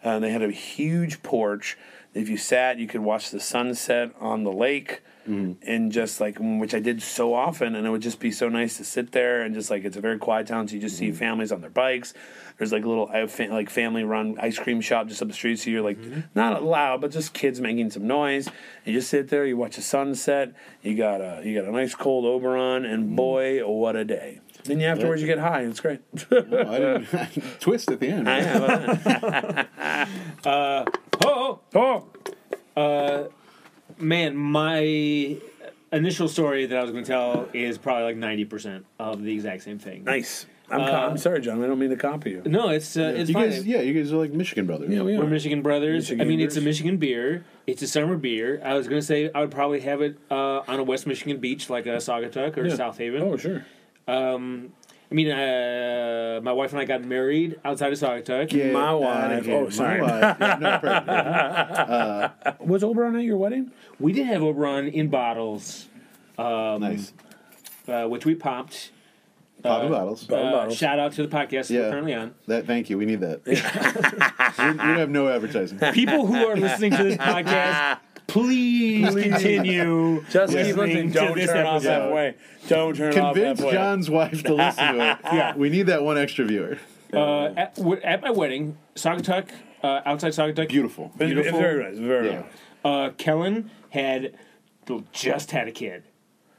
S4: Uh, they had a huge porch. If you sat, you could watch the sunset on the lake. And just like, which I did so often, and it would just be so nice to sit there and just like, it's a very quiet town, so you just see families on their bikes. There's like a little uh, fa- like family run ice cream shop just up the street, so you're like not loud, but just kids making some noise. You just sit there, you watch the sunset. You got a you got a nice cold Oberon, and boy, what a day! Then you afterwards you get high, and it's great.
S2: I didn't twist at the end.
S4: I have a-
S5: Oh,
S4: oh,
S5: Man, my initial story that I was going to tell is probably like ninety percent of the exact same thing.
S4: nice. I'm, co- I'm sorry, John. I don't mean to copy you.
S5: No, it's uh, it's
S2: you
S5: fine.
S2: guys, yeah, you guys are like Michigan brothers.
S4: Yeah, we
S5: We're
S4: are.
S5: Michigan brothers. I
S4: Michigan
S5: mean, it's a
S4: beers.
S5: Michigan beer. It's a summer beer. I was going to say I would probably have it uh, on a West Michigan beach, like a Saugatuck or
S4: Yeah.
S5: South Haven.
S4: Oh, sure.
S5: I mean, uh, my wife and I got married outside of Saugatuck.
S2: Yeah,
S4: My
S2: uh,
S4: wife.
S2: yeah,
S4: Oh,
S2: my
S4: sorry.
S2: wife. Yeah, no, perfect. Yeah.
S4: Was Oberon at your wedding?
S5: Uh, We did have Oberon in bottles,
S2: nice.
S5: uh, which we popped.
S2: Poppy bottles.
S4: Poppy
S5: Uh,
S4: bottles.
S5: shout out to the podcast
S2: Yeah.
S5: we're currently on.
S2: That. Thank you. We need that. we, we have no advertising.
S5: people who are listening to this podcast, please, continue.
S4: Just
S5: Yeah.
S4: keep
S5: Listening
S4: listening.
S5: to
S4: Don't
S5: this
S4: turn off
S5: episode.
S4: halfway. Don't turn off
S2: Convince
S4: halfway.
S2: John's wife to listen to it.
S5: Yeah.
S2: We need that one extra viewer.
S5: Uh, at, w- at my wedding, Saugatuck, uh, outside Saugatuck,
S2: Beautiful.
S4: It's-
S5: Beautiful.
S4: It's very nice. Very
S2: Yeah.
S4: nice.
S5: uh, Kellen had just had a kid.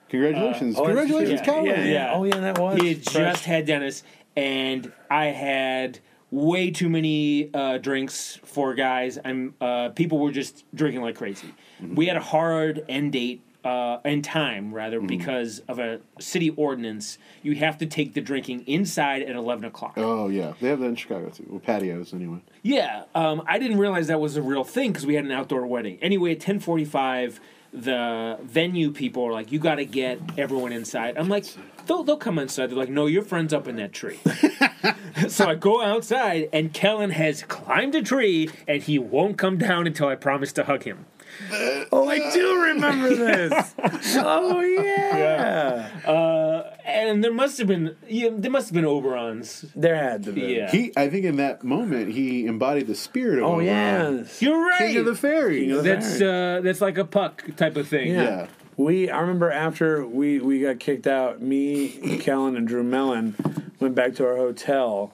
S2: Congratulations.
S4: oh, that's
S2: Congratulations,
S5: true.
S2: Colin.
S4: Yeah. Oh, yeah, that was
S5: He had
S4: fresh.
S5: just had Dennis, and I had way too many uh, drinks for guys. I'm uh, people were just drinking like crazy.
S4: Mm-hmm.
S5: We had a hard end date. Uh, and time rather
S4: Mm-hmm.
S5: because of a city ordinance, you have to take the drinking inside at eleven o'clock.
S2: Oh yeah, they have that in Chicago too. Well, patios anyway.
S5: Yeah, um, I didn't realize that was a real thing because we had an outdoor wedding. Anyway, at ten forty-five, the venue people are like, you got to get everyone inside. I'm like, they'll, they'll come inside. They're like, no, your friend's up in that tree. so I go outside, and Kellen has climbed a tree, and he won't come down until I promise to hug him.
S3: Oh, I do remember this. oh yeah.
S5: And there must have been, yeah, there must have been Oberons.
S3: There had to be.
S5: Yeah,
S2: He, I think, in that moment, he embodied the spirit of.
S3: Oh
S2: Oberon.
S3: yes.
S5: you're right.
S2: King of the Fairies.
S3: King of the
S5: That's uh, that's like a puck type of thing.
S3: Yeah.
S2: Yeah.
S3: We I remember after we we got kicked out, me, Kellen, and Drew Mellon went back to our hotel,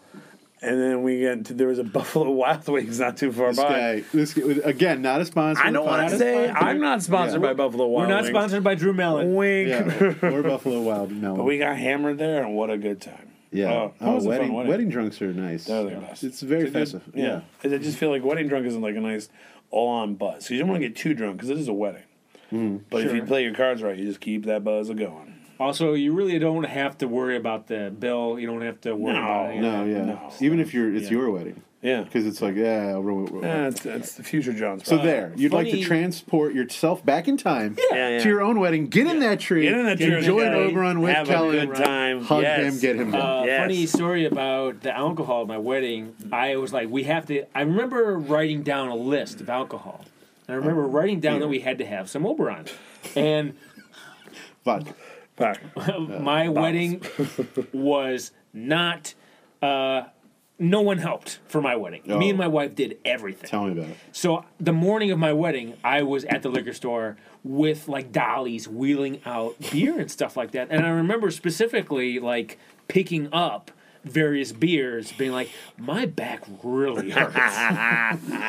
S3: and then we got to, there was a Buffalo Wild Wings not too far
S2: This
S3: by.
S2: guy, this guy, again, not a sponsor.
S3: I don't want to
S2: podcast.
S3: say
S5: sponsored.
S3: I'm not sponsored
S2: Yeah.
S3: by Buffalo
S5: We're
S3: Wild
S5: not
S3: Wings.
S5: sponsored by Drew Mellon.
S3: Wink.
S2: Yeah, or Buffalo Wild Melon.
S4: But we got hammered there, and what a good time.
S2: yeah.
S4: Oh, that
S2: Oh,
S4: was a fun
S2: wedding,
S4: wedding.
S2: wedding. drunks are nice.
S4: They're the best.
S2: It's very festive.
S4: Yeah.
S2: Yeah.
S4: I just feel like wedding drunk isn't like a nice all on buzz. So you don't want to get too drunk because it is a wedding.
S2: Mm.
S4: but if you
S5: sure.
S4: play your cards right, you just keep that buzz a going.
S5: Also, you really don't have to worry about the bill. You don't have to worry
S4: No.
S5: about it.
S2: No, yeah.
S4: No.
S2: Even if you're, it's your wedding
S4: Yeah.
S2: because it's like, yeah. I'll roll, roll, roll.
S4: That's that's the future John's.
S2: So
S4: problem.
S2: there, you'd like to
S5: funny-
S2: transport yourself back in time
S3: Yeah, yeah.
S2: to your own wedding. Get in that tree.
S4: Get in that tree with
S2: Enjoy
S4: the
S2: an
S4: guy,
S2: Oberon with
S4: have a
S2: Kellen.
S4: good time,
S2: Hug
S4: yes.
S2: him. Get him down.
S5: Uh,
S4: Yes.
S5: Funny story about the alcohol at my wedding. I was like, we have to. I remember writing down a list of alcohol. And I remember writing down that we had to have some Oberon. And
S2: Vodka.
S4: Fuck.
S5: my wedding was not. Uh, no one helped for my wedding. Me
S2: Oh.
S5: and my wife did everything.
S2: Tell me about it.
S5: So the morning of my wedding, I was at the liquor store with like dollies wheeling out beer and stuff like that. And I remember specifically like picking up various beers, being like, my back really hurts. uh,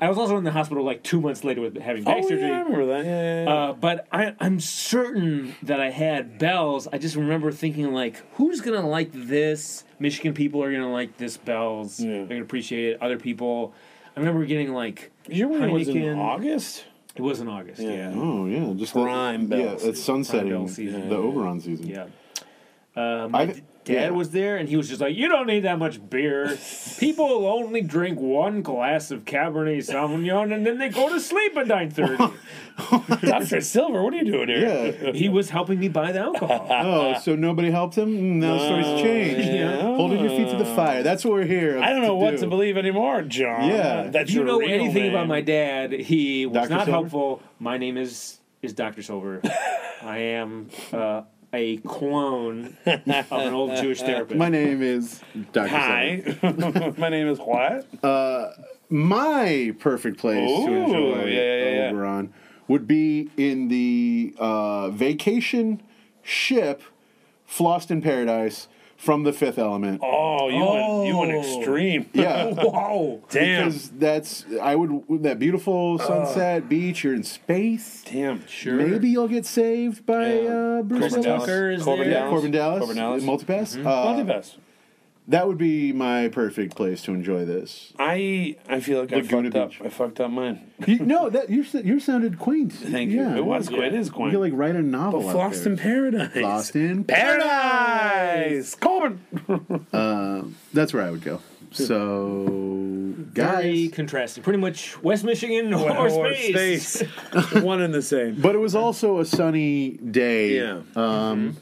S5: I was also in the hospital like two months later with having
S4: Oh,
S5: back surgery.
S4: yeah, I remember that. Yeah, yeah, yeah.
S5: Uh, but I, I'm certain that I had bells. I just remember thinking like, who's gonna like this? Michigan people are gonna like this bells.
S4: Yeah.
S5: They're gonna appreciate it. Other people. I remember getting like
S4: Your wedding was in
S5: Heineken-
S4: August.
S5: it was in August. Yeah.
S4: Yeah.
S2: Oh yeah, just
S4: Prime
S2: the,
S4: bell
S2: Yeah,
S4: season.
S2: it's sunsetting.
S5: Prime bell season.
S2: The Oberon season.
S5: Yeah. Uh, my
S2: I've-
S5: d- dad
S2: yeah.
S5: was there, and he was just like, "You don't need that much beer. People only drink one glass of Cabernet Sauvignon, and then they go to sleep at 9.30.
S4: Doctor Silver, what are you doing here?
S2: Yeah.
S5: he was helping me buy the alcohol.
S2: Oh, so nobody helped him? Mm, Now the story's changed.
S5: yeah.
S2: Holding your feet to the fire. That's what we're here.
S4: I don't know what to
S2: do.
S4: believe anymore, John.
S2: Yeah.
S4: that's
S5: If you
S4: your
S5: know
S4: real
S5: anything
S4: name.
S5: about my dad, he was
S2: Dr.
S5: not
S2: Silver?
S5: helpful. My name is is Doctor Silver. I am uh, a clone of an old Jewish therapist.
S2: My name is Dr. Seven.
S4: Hi, my name is what?
S2: My perfect place to
S4: Ooh,
S2: enjoy
S4: yeah, yeah, yeah.
S2: Oberon would be in the uh, vacation ship Flossed in Paradise from the Fifth Element.
S4: Oh, you went you went extreme.
S2: Yeah.
S5: Whoa!
S4: Damn.
S2: Because that's I would that beautiful sunset beach. You're in space.
S4: Damn.
S5: Sure.
S2: Maybe you'll get saved by
S4: Yeah.
S2: uh, Bruce
S5: Chris
S2: Willis.
S5: Tucker is
S4: Corbin
S5: there.
S2: Yeah, Corbin Dallas,
S4: Corbin Dallas. Mm-hmm.
S2: Multipass. Uh,
S4: Multipass.
S2: That would be my perfect place to enjoy this.
S4: I I feel like I
S2: Laguna
S4: fucked up.
S2: Beach.
S4: I fucked up mine.
S2: You, no, that you s- you sounded quaint.
S4: Thank you. It was Oh, quite. It is
S2: You
S4: quite.
S2: could like write a novel. out
S4: Lost
S2: there.
S4: in Paradise.
S2: Lost in
S4: Paradise. Corbin.
S2: That's where I would go. So,
S5: Very
S2: guys.
S5: contrasting. Pretty much West Michigan or,
S3: Or
S5: space.
S3: space. One and the same.
S2: But it was also a sunny day. Um,
S4: Yeah. Mm-hmm.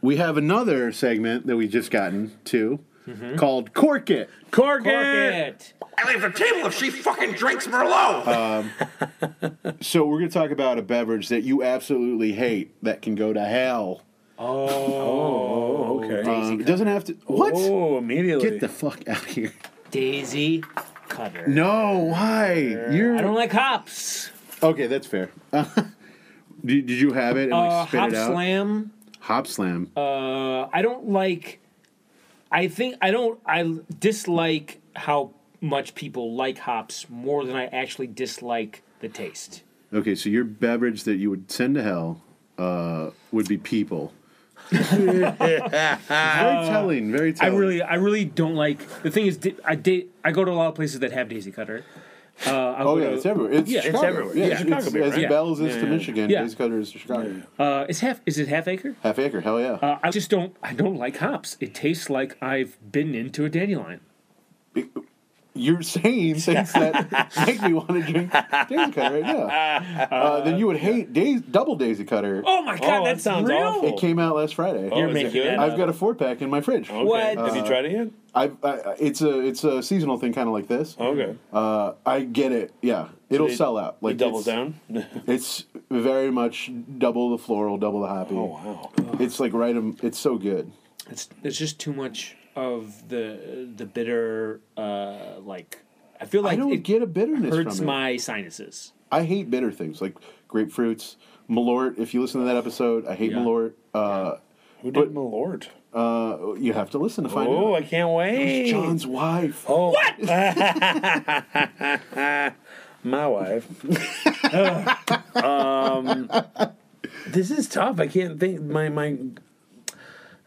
S2: We have another segment that we just gotten to
S4: Mm-hmm.
S2: called Cork It.
S3: Cork
S5: Cork
S3: it.
S5: it.
S6: I leave the table if she fucking drinks Merlot.
S2: So, we're going to talk about a beverage that you absolutely hate that can go to hell.
S3: Oh, okay.
S2: Um, it doesn't have to. What?
S3: Oh, immediately.
S2: Get the fuck out of here.
S5: Daisy Cutter.
S2: No, why? You're
S5: I don't like hops.
S2: Okay, that's fair. Uh, did, did you have it and like
S5: Uh,
S2: spit
S5: hop
S2: it out?
S5: slam.
S2: Hop slam.
S5: Uh, I don't like. I think I don't. I dislike how much people like hops more than I actually dislike the taste.
S2: okay, so your beverage that you would send to hell uh, would be people. It's very telling. Very
S5: Uh, I
S2: telling.
S5: really, I really don't like. The thing is, di- I did. I go to a lot of places that have Daisy Cutter. Uh, I'll
S2: Oh
S5: go
S2: yeah,
S5: to-
S2: it's everywhere. It's,
S5: yeah, it's
S2: Chicago.
S4: everywhere.
S2: Yeah,
S4: Yeah,
S2: it's,
S4: Chicago
S2: it's-
S4: beer,
S2: as
S4: right? Yeah.
S2: Bells is to Michigan,
S5: Yeah.
S2: Days Cutter is to Chicago.
S5: Uh, it's half. Is it half acre?
S2: Half acre, hell yeah.
S5: Uh, I just don't. I don't like hops. It tastes like I've been into a dandelion.
S2: you're saying things that make me want to drink Daisy Cutter right now. Uh, then you would hate Daisy, double Daisy Cutter.
S5: Oh my god,
S4: Oh, that
S5: that sounds
S4: sounds
S5: real.
S4: awful.
S2: It came out last Friday.
S4: Oh,
S5: You're
S4: is it
S5: making
S4: good?
S5: that
S2: I've got a four pack in my fridge.
S4: Okay.
S5: What?
S4: Have you tried it yet?
S2: I, I, it's a it's a seasonal thing, kind of like this.
S4: Okay.
S2: Uh, I get it. Yeah, it'll
S4: It-
S2: sell out.
S4: Like double
S2: it's,
S4: down.
S2: It's very much double the floral, double the happy.
S4: oh wow.
S2: It's like right. in- It's so good.
S5: It's there's just too much of the the bitter uh like I feel
S2: I
S5: like
S2: don't
S5: it
S2: get a bitterness
S5: hurts
S2: from it.
S5: my sinuses.
S2: I hate bitter things like grapefruits, Malort. If you listen to that episode, I hate
S5: Yeah.
S2: Malort. Uh,
S4: Who did
S2: But-
S4: Malort?
S2: uh, you have to listen to find
S4: Oh,
S2: out.
S4: I can't wait.
S2: It's John's wife.
S4: Oh. What? My wife. Um, this is tough. I can't think. My my.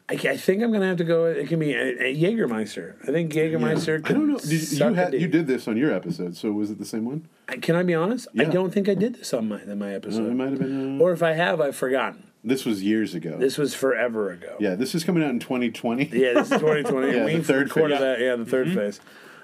S4: I, ca- I think I'm gonna have to go. It can be a, a Jägermeister. I think Jägermeister.
S2: I don't know. Did, you, had,
S4: had,
S2: you did this on your episode, so was it the same one?
S4: Can I be honest? I
S2: Yeah.
S4: don't think I did this on my on my
S2: Uh, it
S4: episode.
S2: might have been. Uh,
S4: or if I have, I've forgotten.
S2: this was years ago.
S4: This was forever ago.
S2: yeah, this is coming out in 2020.
S4: Yeah, this is 2020.
S2: Yeah,
S4: we
S2: the third
S4: recorded
S2: phase.
S4: that. Yeah, the third
S5: Mm-hmm.
S4: phase.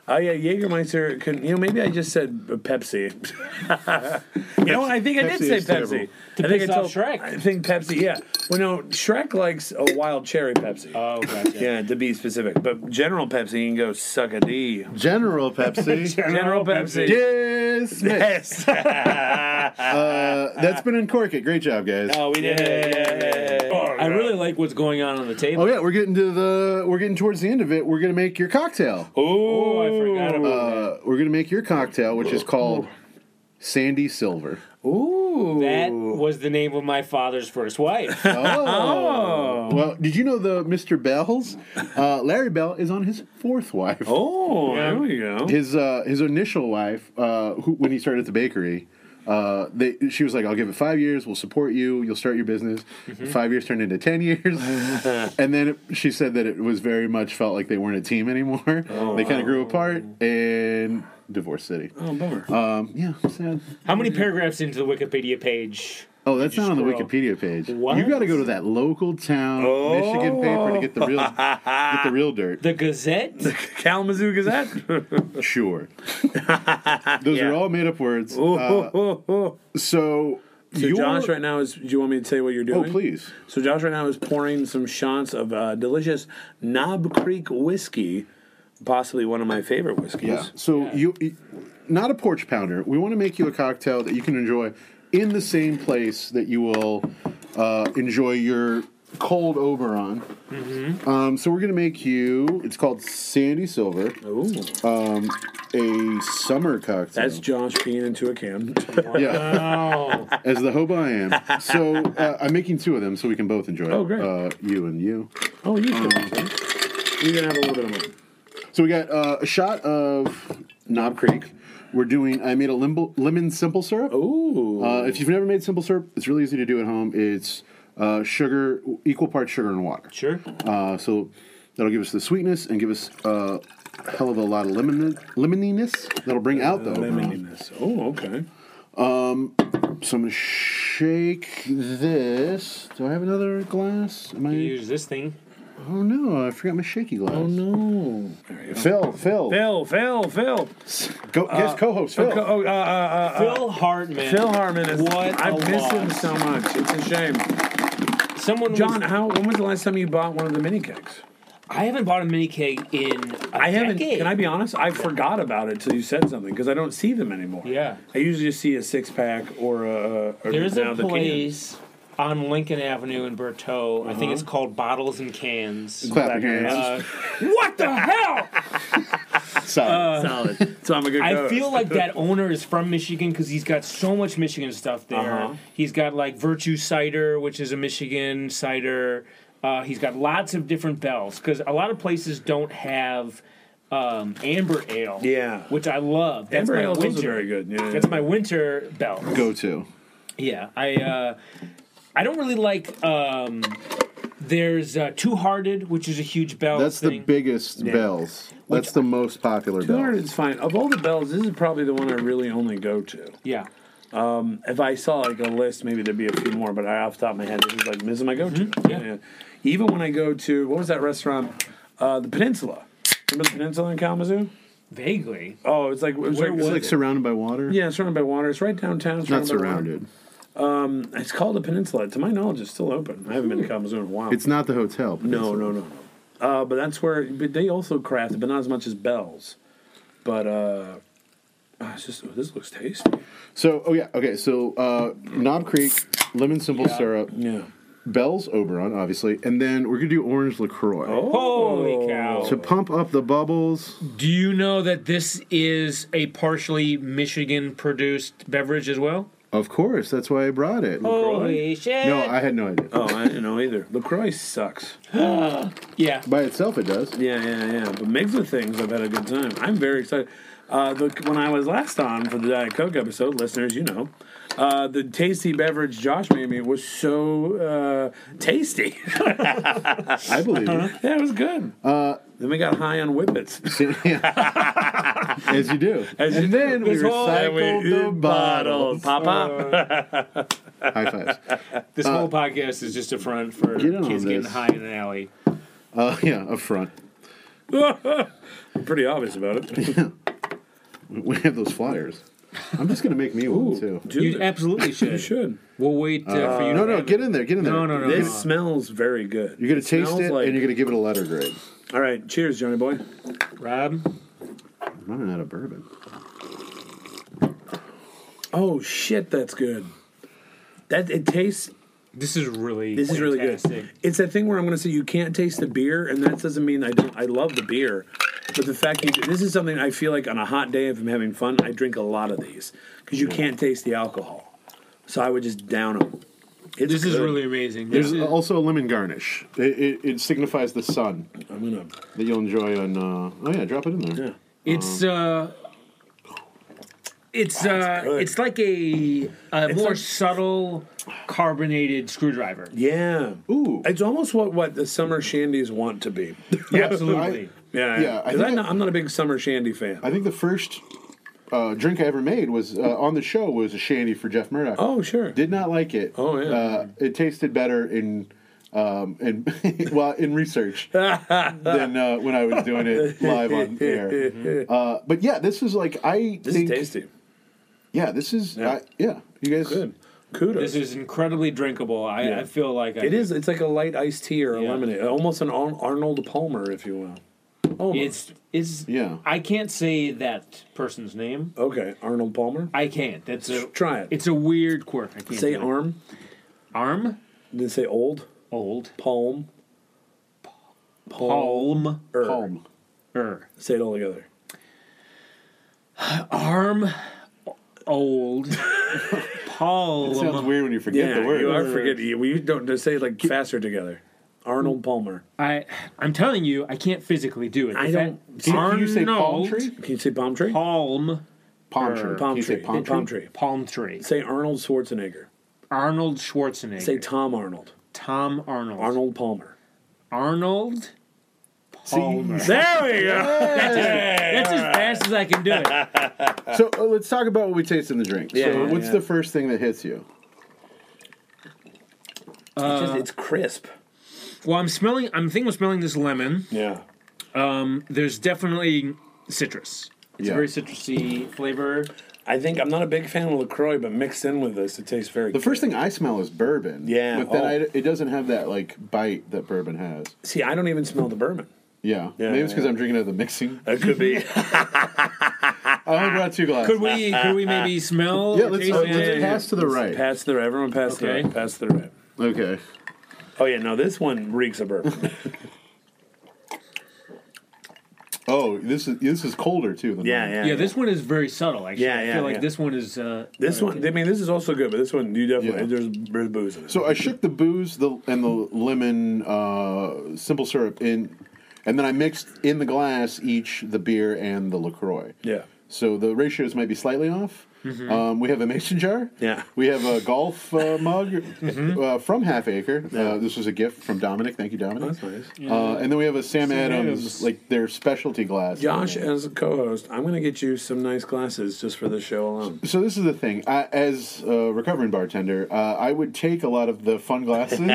S4: Oh yeah, Jägermeister. Could, you know, maybe I just said uh, Pepsi. you know, what? I think I
S2: Pepsi
S4: did
S2: is
S4: say Pepsi.
S2: terrible.
S4: I
S5: To
S4: think
S5: piss
S4: I
S5: off Shrek.
S4: I think Pepsi. Yeah. Well, no, Shrek likes a wild cherry Pepsi.
S2: Uh,
S5: Oh gotcha.
S4: yeah, to be specific, but General Pepsi can go suck a D.
S2: General Pepsi.
S4: General Pepsi. Yes.
S2: Dismissed. Uh, that's been in Cork. It. Great job, guys.
S4: oh, we did it. Oh, Yeah.
S5: I really like what's going on on the table.
S2: Oh yeah, we're getting to the we're getting towards the end of it. We're gonna make your cocktail.
S4: Ooh.
S5: Oh, I forgot about
S2: Uh, we're gonna make your cocktail, which is called Sandy Silver.
S4: Ooh.
S5: that. Was the name of my father's first wife?
S2: Oh. Well, did you know the Mr. Bell's? Uh, Larry Bell is on his fourth wife.
S4: Oh, there we go.
S2: His uh, his initial wife, uh, who, when he started at the bakery, uh, they, she was like, "I'll give it five years. We'll support you. You'll start your business."
S4: Mm-hmm.
S2: Five years turned into ten years, and then it, she said that it was very much felt like they weren't a team anymore. they kind of grew apart and divorce city.
S4: Oh, bummer.
S2: Um, yeah, sad.
S5: How many paragraphs into the Wikipedia page?
S2: Oh, that's not on the
S5: scroll.
S2: Wikipedia page.
S5: What?
S2: You got to go to that local town
S4: Oh.
S2: Michigan paper to get the real get the real dirt.
S5: The Gazette.
S4: Kalamazoo Gazette.
S2: Sure. Those
S4: Yeah.
S2: are all made up words.
S4: Ooh,
S2: Uh,
S4: ooh, ooh.
S2: so,
S4: So
S2: your-
S4: Josh right now is. Do you want me to tell you what you're
S2: Oh,
S4: doing?
S2: please.
S4: So Josh right now is pouring some shots of uh, delicious Knob Creek whiskey, possibly one of my favorite whiskeys.
S2: Yeah. So you, you- not a porch pounder. We want to make you a cocktail that you can enjoy in the same place that you will uh, enjoy your cold Oberon.
S4: Mm-hmm.
S2: Um, so we're gonna make you. It's called Sandy Silver,
S4: Ooh,
S2: a summer cocktail.
S4: that's Josh peeing into a can.
S2: yeah.
S5: Oh,
S2: As the hobo I am. So uh, I'm making two of them so we can both enjoy
S4: Oh,
S2: it.
S4: great.
S2: Uh, you and you.
S4: oh, you can. You're gonna have a little bit of one.
S2: So we got uh, a shot of Knob Creek. We're doing, I made a limbo, lemon simple syrup.
S4: Ooh,
S2: Uh, if you've never made simple syrup, it's really easy to do at home. It's uh, sugar, equal parts sugar and water.
S5: sure.
S2: Uh, so that'll give us the sweetness and give us uh, a hell of a lot of lemon, lemoniness. That'll bring out the Oberon.
S4: lemoniness. Oh, okay.
S2: So I'm going to shake this. Do I have another glass? Am I?
S5: You use this thing.
S2: Oh no, I forgot my shaky glass.
S4: Oh no,
S2: Phil, Phil,
S4: Phil, Phil, Phil.
S2: Go, yes, co-host Phil.
S4: Oh, co- oh, uh, uh, uh, uh,
S5: Phil Hartman.
S4: Phil Harmon is.
S5: What
S4: I
S5: a
S4: miss him
S5: loss.
S4: so much. It's a shame.
S5: Someone.
S4: John,
S5: was-
S4: how? When was the last time you bought one of the mini cakes?
S5: I haven't bought a mini keg in. I
S4: I haven't.
S5: Decade.
S4: Can I be honest? I forgot about it till you said something because I don't see them anymore.
S5: Yeah.
S4: I usually just see a six pack or a. Or
S5: There's
S4: now
S5: a
S4: the can.
S5: place on Lincoln Avenue in Bertot. I think it's
S4: Uh-huh.
S5: called Bottles and Cans.
S2: Clap your hands.
S5: Uh, what the hell?
S4: Uh,
S2: Solid.
S4: Solid. so I'm a good.
S5: I
S4: host.
S5: feel like that owner is from Michigan because he's got so much Michigan stuff there.
S4: Uh-huh.
S5: He's got like Virtue Cider, which is a Michigan cider. Uh, he's got lots of different bells because a lot of places don't have um, amber ale.
S4: Yeah.
S5: which I love. That's
S4: Amber
S5: my
S4: ale is also
S5: winter.
S4: very good. Yeah, yeah,
S5: That's
S4: yeah.
S5: my winter bell.
S2: Go to.
S5: Yeah, I uh, I don't really like. Um, there's uh, Two Hearted, which is a huge bell.
S2: That's the
S5: thing.
S2: biggest bells. That's the most popular
S4: Millard
S2: bell.
S4: is fine. Of all the bells, this is probably the one I really only go to.
S5: Yeah,
S4: If I saw like a list, maybe there'd be a few more. But I, off the top of my head, this is like this is my go-to.
S5: Mm-hmm. yeah.
S4: Even when I go to what was that restaurant? Uh, the Peninsula. Remember the Peninsula in Kalamazoo?
S5: Vaguely.
S4: Oh, it's like it was
S5: Where
S4: like,
S5: was-
S2: It's like surrounded by water.
S4: yeah, it's surrounded by water. It's right downtown. It's
S2: Not
S4: by water.
S2: surrounded.
S4: It's called the Peninsula. To my knowledge, it's still open. I haven't
S5: Hmm.
S4: been to Kalamazoo in a while.
S2: It's not the hotel. but
S4: no,
S2: it's-
S4: no, no, no. Uh, but that's where. But they also craft it, but not as much as Bell's. But uh, ah, it's just oh, this looks tasty.
S2: So, oh yeah, okay. So, uh, Knob Creek, lemon simple syrup,
S4: Yeah.
S2: Bell's Oberon, obviously, and then we're gonna do orange Lacroix
S5: Oh.
S4: Oh.
S5: Holy cow.
S2: to pump up the bubbles.
S5: Do you know that this is a partially Michigan produced beverage as well?
S2: Of course, that's why I brought it.
S5: Oh, Holy shit.
S2: No, I had no idea.
S4: Oh, I didn't know either. Lacroix sucks.
S5: yeah.
S2: By itself, it does.
S4: Yeah, yeah, yeah. But mixed with things, I've had a good time. I'm very excited. Uh, the, when I was last on for the Diet Coke episode, listeners, you know, uh, the tasty beverage Josh made me was so uh, tasty.
S2: I believe it.
S4: yeah, it was good.
S2: Uh,
S4: then we got high on whippets.
S2: As
S5: Uh-huh.
S2: you do.
S4: As you
S2: and
S4: do.
S2: then we
S5: This whole-
S2: recycled the
S4: bottles,
S2: bottles.
S4: pop up.
S2: High fives.
S5: This whole podcast is just a front for
S2: uh, Get on
S5: kids getting
S2: this.
S5: high in an alley.
S2: Uh, yeah, up front. Uh,
S4: I'm pretty obvious about it.
S2: We have those flyers. I'm just gonna make me one too.
S4: Dude,
S5: you absolutely should.
S4: you should.
S5: We'll wait uh, for you.
S2: No,
S5: to
S2: no,
S5: have
S2: get
S5: it.
S2: in there. Get in there.
S5: No, no, no.
S4: This
S5: no.
S4: smells very good.
S2: You're gonna taste
S4: smells
S2: it
S4: like-
S2: and you're gonna give it a letter grade.
S4: All right, cheers, Johnny boy.
S5: Rob,
S2: I'm running out of bourbon.
S4: Oh shit, that's good. That it tastes
S5: this is really
S4: This is really good.
S5: fantastic.
S4: It's that thing where I'm going to say you can't taste the beer, and that doesn't mean I don't. I love the beer, but the fact you this is something I feel like on a hot day if I'm having fun, I drink a lot of these because you can't taste the alcohol. So I would just down them. It's
S5: This is
S4: good.
S5: really amazing.
S2: There's
S5: This is-
S2: also a lemon garnish. It, it, it signifies the sun
S4: I'm gonna.
S2: that you'll enjoy on. Uh, oh yeah, drop it in there.
S4: Yeah.
S5: It's uh it's uh
S4: good.
S5: it's like a, a more
S4: like-
S5: subtle carbonated screwdriver.
S4: Yeah.
S2: Ooh.
S4: It's almost what what the summer shandies want to be.
S5: Absolutely.
S4: yeah.
S2: Yeah, I
S4: 'Cause
S2: think
S4: I'm, not,
S2: I-
S4: I'm not a big summer shandy fan.
S2: I think the first uh, drink I ever made was uh, on the show was a shandy for Jeff Murdoch.
S4: oh sure.
S2: Did not like it.
S4: Oh, yeah.
S2: Uh, it tasted better in, um, in well in research than uh, when I was doing it live on air. Uh, but yeah, this is like I
S4: this is
S2: think.
S4: tasty.
S2: Yeah, this is yeah. yeah you guys.
S4: Good. Kudos.
S5: This is incredibly drinkable. I,
S4: Yeah.
S5: I feel like I,
S4: It is. It's like a light iced tea or a
S5: Yeah.
S4: lemonade, almost an Ar- Arnold Palmer, if you will. Oh,
S5: It's is
S2: Yeah.
S5: I can't say that person's name.
S4: okay. Arnold Palmer.
S5: I can't. That's a
S4: Try it.
S5: It's a weird quirk. I can't
S4: say
S5: do it.
S4: arm.
S5: arm,
S4: Then say old
S5: old,
S4: palm. Palm.
S5: palm,
S4: er.
S2: Palm.
S5: er.
S4: Say it all together.
S5: arm, old,
S2: It sounds
S5: palm.
S2: weird when you forget the word.
S4: you are forgetting. We don't just say it like faster together. Arnold Palmer.
S5: I I'm telling you, I can't physically do it.
S4: I
S5: If
S4: don't-
S5: that-
S2: Can, can you say palm
S5: Arnold,
S2: tree?
S4: Can you say palm tree?
S5: Palm,
S2: Palm tree.
S4: Palm
S2: Can you say
S4: tree.
S2: palm tree.
S4: Palm tree.
S5: palm tree.
S4: Say Arnold Schwarzenegger.
S5: Arnold Schwarzenegger.
S4: Say Tom Arnold.
S5: Tom Arnold.
S4: Arnold Palmer.
S5: Arnold. Palmer.
S4: There we go.
S5: That's as fast as I can do it.
S2: So uh, let's talk about what we taste in the drink. so
S4: yeah,
S2: what's
S4: yeah.
S2: the first thing that hits you?
S4: it's, just, it's crisp.
S5: Well, I'm smelling. I'm thinking I'm smelling this lemon.
S4: Yeah.
S5: There's definitely citrus. It's
S2: Yeah.
S5: a very citrusy flavor.
S4: I think I'm not a big fan of Lacroix, but mixed in with this, it tastes very.
S2: The first thing I smell is bourbon.
S4: Yeah.
S2: But then
S4: Oh.
S2: I, it doesn't have that like bite that bourbon has.
S4: See, I don't even smell the bourbon.
S2: Yeah. Maybe it's because
S4: yeah.
S2: I'm drinking out of the mixing.
S4: That could be.
S2: I only brought two glasses.
S5: Ah, Could we? could we maybe smell?
S2: yeah,
S5: or
S2: let's, uh,
S5: taste
S2: let's
S5: it?
S4: yeah, yeah.
S2: pass to the right.
S4: pass to the right. Everyone pass to the
S5: Okay.
S4: right. Pass to the right.
S2: Okay.
S4: Oh yeah, no, this one reeks of bourbon.
S2: Oh, this is this is colder too than
S4: yeah,
S2: mine.
S4: yeah.
S5: yeah, this one is very subtle. Actually,
S4: Yeah,
S5: I
S4: yeah,
S5: feel like
S4: yeah.
S5: this one is. Uh,
S4: This one, I mean, this is also good, but this one, you definitely
S2: Yeah.
S4: there's, there's booze in it.
S2: So I shook the booze the and the lemon uh, simple syrup in, and then I mixed in the glass each the beer and the Lacroix.
S4: yeah,
S2: So the ratios might be slightly off. Um, we have a mason jar.
S4: Mm-hmm. Yeah. Mm-hmm.
S2: We have a golf uh, mug uh, from Half Acre. Uh, this was a gift from Dominic. Thank you, Dominic.
S4: that's nice.
S2: Uh, and then we have a Sam, Adams,
S5: Adams.
S2: like their specialty glass.
S4: Josh, as a co-host, I'm gonna get you some nice glasses just for this show alone.
S2: So this is the thing. I, as a recovering bartender, uh, I would take a lot of the fun glasses and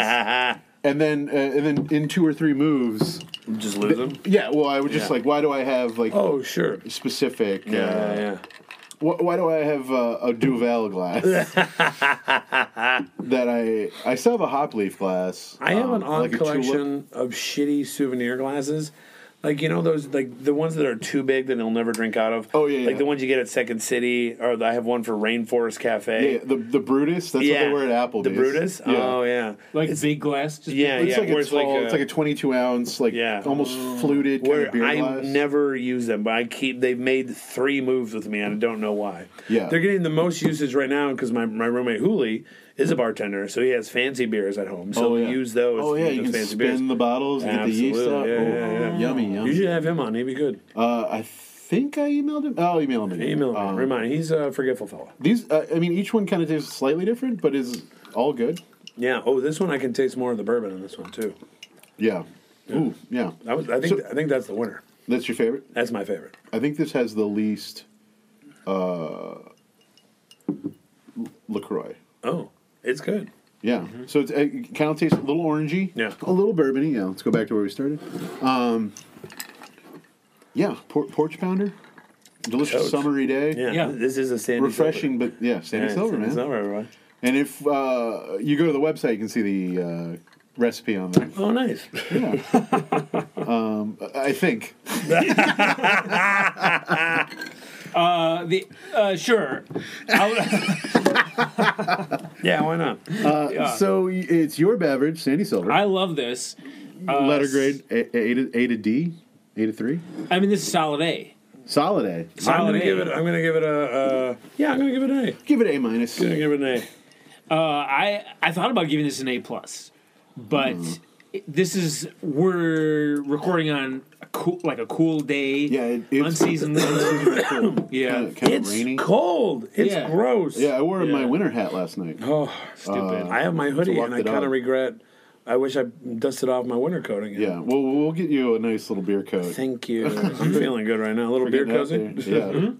S2: then uh, and then in two or three moves,
S4: Just lose them.
S2: yeah. Well, I would just
S4: Yeah.
S2: like, why do I have like
S4: Oh sure.
S2: specific?
S4: Yeah,
S2: Uh,
S4: yeah, yeah.
S2: wh- why do I have uh, a Duvel glass? that I I still have a hop leaf glass.
S4: I have
S2: um,
S4: an odd
S2: like a tulip.
S4: collection of shitty souvenir glasses. Like you know those like the ones that are too big that they'll never drink out of.
S2: Oh, yeah,
S4: Like
S2: yeah.
S4: the ones you get at Second City, or I have one for Rainforest Cafe.
S2: Yeah, the the Brutus. That's what they wear at Applebee's.
S4: The Brutus.
S2: Yeah.
S4: Oh yeah.
S5: Like big glass. Just
S4: Yeah,
S2: It's
S4: yeah.
S2: like
S4: where
S2: a tall, it's like a 22 ounce, like
S4: Yeah.
S2: almost
S4: Mm.
S2: fluted kind of
S4: where
S2: beer
S4: I
S2: glass.
S4: never use them, but I keep. They've made three moves with me, and I don't know why.
S2: Yeah.
S4: they're getting the most usage right now because my, my roommate Hooli is a bartender, so he has fancy beers at home. So we use those.
S2: Oh yeah,
S4: those
S2: you can
S4: fancy
S2: spin
S4: beers.
S2: the bottles, and get the yeast out.
S4: Absolutely, yeah,
S2: Oh,
S4: yeah, yeah.
S2: Yummy,
S4: You
S2: yummy.
S4: should have him on. He'd be good.
S2: Uh, I think I emailed him. Oh, email him. again.
S4: Email him.
S2: Um,
S4: Remind. He's a forgetful fellow.
S2: These, uh, I mean, each one kind of tastes slightly different, but is all good.
S4: Yeah. Oh, this one I can taste more of the bourbon in this one too.
S2: Yeah. Ooh, yeah.
S4: I, was, I think.
S2: So-
S4: I think that's the winner.
S2: That's your favorite.
S4: That's my favorite.
S2: I think this has the least uh, Lacroix.
S4: Oh, it's good.
S2: Yeah. So it's, uh, it kind of tastes a little orangey.
S4: Mm-hmm. Yeah.
S2: A little bourbony. Yeah. Let's go back to where we started. Um, yeah. Por- porch pounder. Delicious
S4: Totes.
S2: summery day.
S4: Yeah.
S5: Yeah.
S4: This is a Sandy.
S2: Refreshing, but yeah,
S4: Silver.
S2: Sandy
S4: Yeah,
S2: Silver, man.
S4: Sandy Silver, everyone.
S2: And if uh, you go to the website, you can see the uh, recipe on there.
S4: Oh, nice.
S2: I think.
S5: Uh, the uh, sure. I'll-
S4: yeah. Why not?
S5: yeah.
S2: Uh, So y- it's your beverage, Sandy Silver.
S5: I love this.
S2: Letter grade a, a, to, a to D, A to three.
S5: I mean, this is solid A.
S2: Solid A.
S5: Solid
S4: I'm gonna
S5: A.
S4: give it. I'm gonna give it a. Uh, yeah, I'm gonna give it an A.
S2: Give it A minus.
S4: Gonna give it an A.
S5: Uh, I I thought about giving this an A plus, but
S2: Mm-hmm.
S5: it- this is we're recording on a cool like a cool day.
S2: Yeah, it- it's-
S5: unseasoned. yeah,
S2: Kind of
S4: It's
S2: rainy.
S4: cold. It's
S5: Yeah.
S4: gross.
S2: Yeah, I wore my winter hat last night.
S4: Oh,
S5: stupid.
S4: I have my hoodie
S2: walk
S4: and I
S2: the dog.
S4: kind of regret. I wish I dusted off my winter coat again.
S2: Yeah, well, we'll get you a nice little beer coat.
S4: Thank you. I'm feeling good right now. A little beer
S2: Getting out
S4: cozy.
S2: there. Yeah.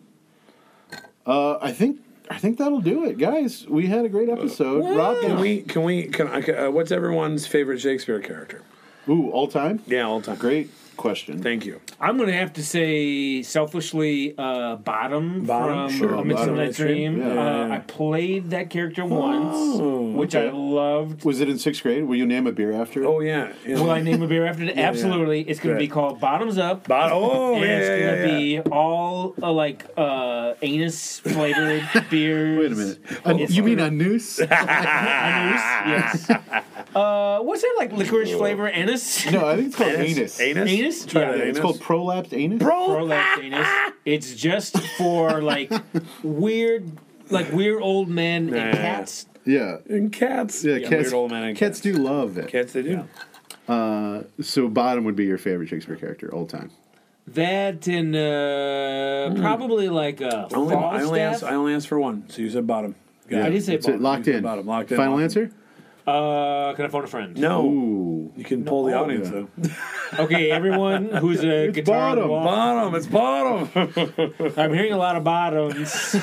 S4: Hmm?
S2: Uh, I think I think that'll do it, guys. We had a
S4: Uh,
S2: great episode. Rob,
S4: Can we? Can we? Can I? can- Uh, what's everyone's favorite Shakespeare character?
S2: Ooh, all time.
S4: Yeah, all time.
S2: Great question.
S4: Thank you.
S5: I'm gonna have to say selfishly, uh, bottom,
S4: Bottom,
S5: from
S4: sure.
S5: A
S2: Bottom.
S5: Midsummer Night's Dream.
S2: Yeah. Oh,
S5: Uh, I played that character once, which I loved.
S2: Was it in sixth grade? Will you name a beer after? it?
S4: Oh yeah. yeah.
S5: Will I name a beer after it? Absolutely. It's gonna be
S4: Right.
S5: called Bottoms Up.
S4: Bottom. Oh
S5: and
S4: yeah.
S5: it's
S4: yeah,
S5: gonna
S4: yeah, yeah.
S5: be all uh, like uh, anus flavored beers.
S2: wait a minute. A-
S5: it's
S2: you mean a noose?
S5: Anus, yes. uh, what's that like licorice flavor? Anus?
S2: no, I think it's called anus.
S4: Anus.
S5: Anus?
S4: Try
S5: Yeah,
S4: that.
S2: It's called prolapsed anus.
S5: Prolapse anus. It's just for like weird, like weird old men
S4: Yeah.
S5: and cats.
S2: yeah.
S4: and cats.
S2: Yeah,
S4: Yeah,
S2: cats,
S4: weird old man and
S2: cats do love it.
S4: Cats they do.
S2: So, bottom would be your favorite Shakespeare character all time.
S5: That and uh,
S2: Hmm.
S5: probably like uh, a
S4: I only, I only
S5: Falstaff.
S4: asked. I only asked for one. So you said bottom. Got
S5: I
S4: it.
S5: did say
S2: That's it.
S5: bottom.
S2: Locked in.
S4: Bottom, locked in,
S2: Final
S4: locked
S2: answer?
S5: Uh, can I phone a friend?
S4: No.
S2: Ooh.
S4: You can pull the
S2: oh,
S4: audience
S2: yeah.
S4: though.
S5: Okay, everyone who's a guitar on the
S2: bottom.
S5: wall-
S4: Bottom. It's bottom.
S5: I'm hearing a lot of bottoms.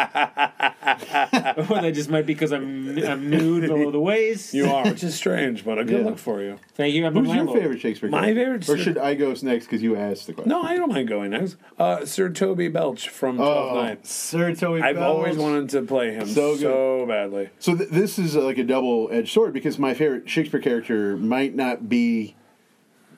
S5: or that just might be because I'm I'm nude below the waist.
S4: you are, which is strange, but a good
S2: Yeah.
S4: look for you.
S5: Thank you. I'm a
S2: Who's your
S5: landlord.
S2: favorite Shakespeare
S4: My
S2: character?
S4: favorite.
S2: Or should I go next because you asked the question?
S4: No, I don't mind going next. Uh, Sir Toby Belch from Twelfth
S2: Oh,
S4: Night.
S2: Sir Toby
S4: I've
S2: Bells.
S4: always wanted to play him
S2: So
S4: so,
S2: good.
S4: badly.
S2: So th- this is uh, like a double-edged sword because my favorite Shakespeare character might not be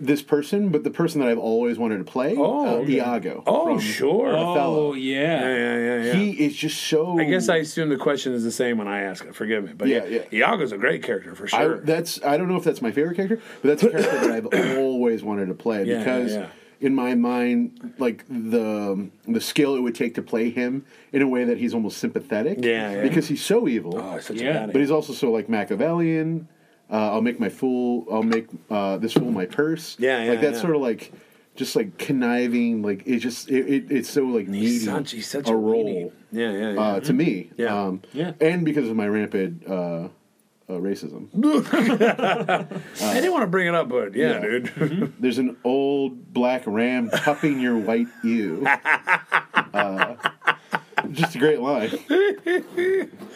S2: this person, but the person that I've always wanted to play,
S4: Oh,
S2: uh,
S4: okay.
S2: Iago.
S4: Oh,
S2: from-
S4: sure.
S5: Oh
S2: Othello.
S4: Yeah,
S5: yeah.
S4: yeah, yeah, yeah.
S2: He is just so.
S4: I guess I assume the question is the same when I ask it. Forgive me, but
S2: Yeah,
S4: yeah,
S2: yeah.
S4: Iago's a great character for
S2: I-
S4: sure.
S2: that's I don't know if that's my favorite character, but that's a character that I've always wanted to play
S4: Yeah, yeah,
S2: because
S4: yeah.
S2: in my mind, like the the skill it would take to play him in a way that he's almost sympathetic.
S4: Yeah, yeah.
S2: because he's so evil.
S4: oh, it's such
S5: Yeah,
S4: a badass.
S2: But he's also so like Machiavellian. Uh, I'll make my fool. I'll make uh, this fool my purse.
S4: Yeah, yeah,
S2: Like that's
S4: yeah.
S2: sort of like just like conniving. Like it just it, it, it's so like needy.
S4: He's such, he's such
S2: a
S4: a
S2: role.
S4: weenie. Yeah, yeah, yeah.
S2: uh, to me.
S4: Yeah.
S2: Um,
S5: Yeah.
S2: And because of my rampant uh, uh, racism,
S4: I didn't want to bring it up, but yeah,
S2: yeah.
S4: dude.
S2: there's an old black ram cupping your white ewe. Uh, just a great line.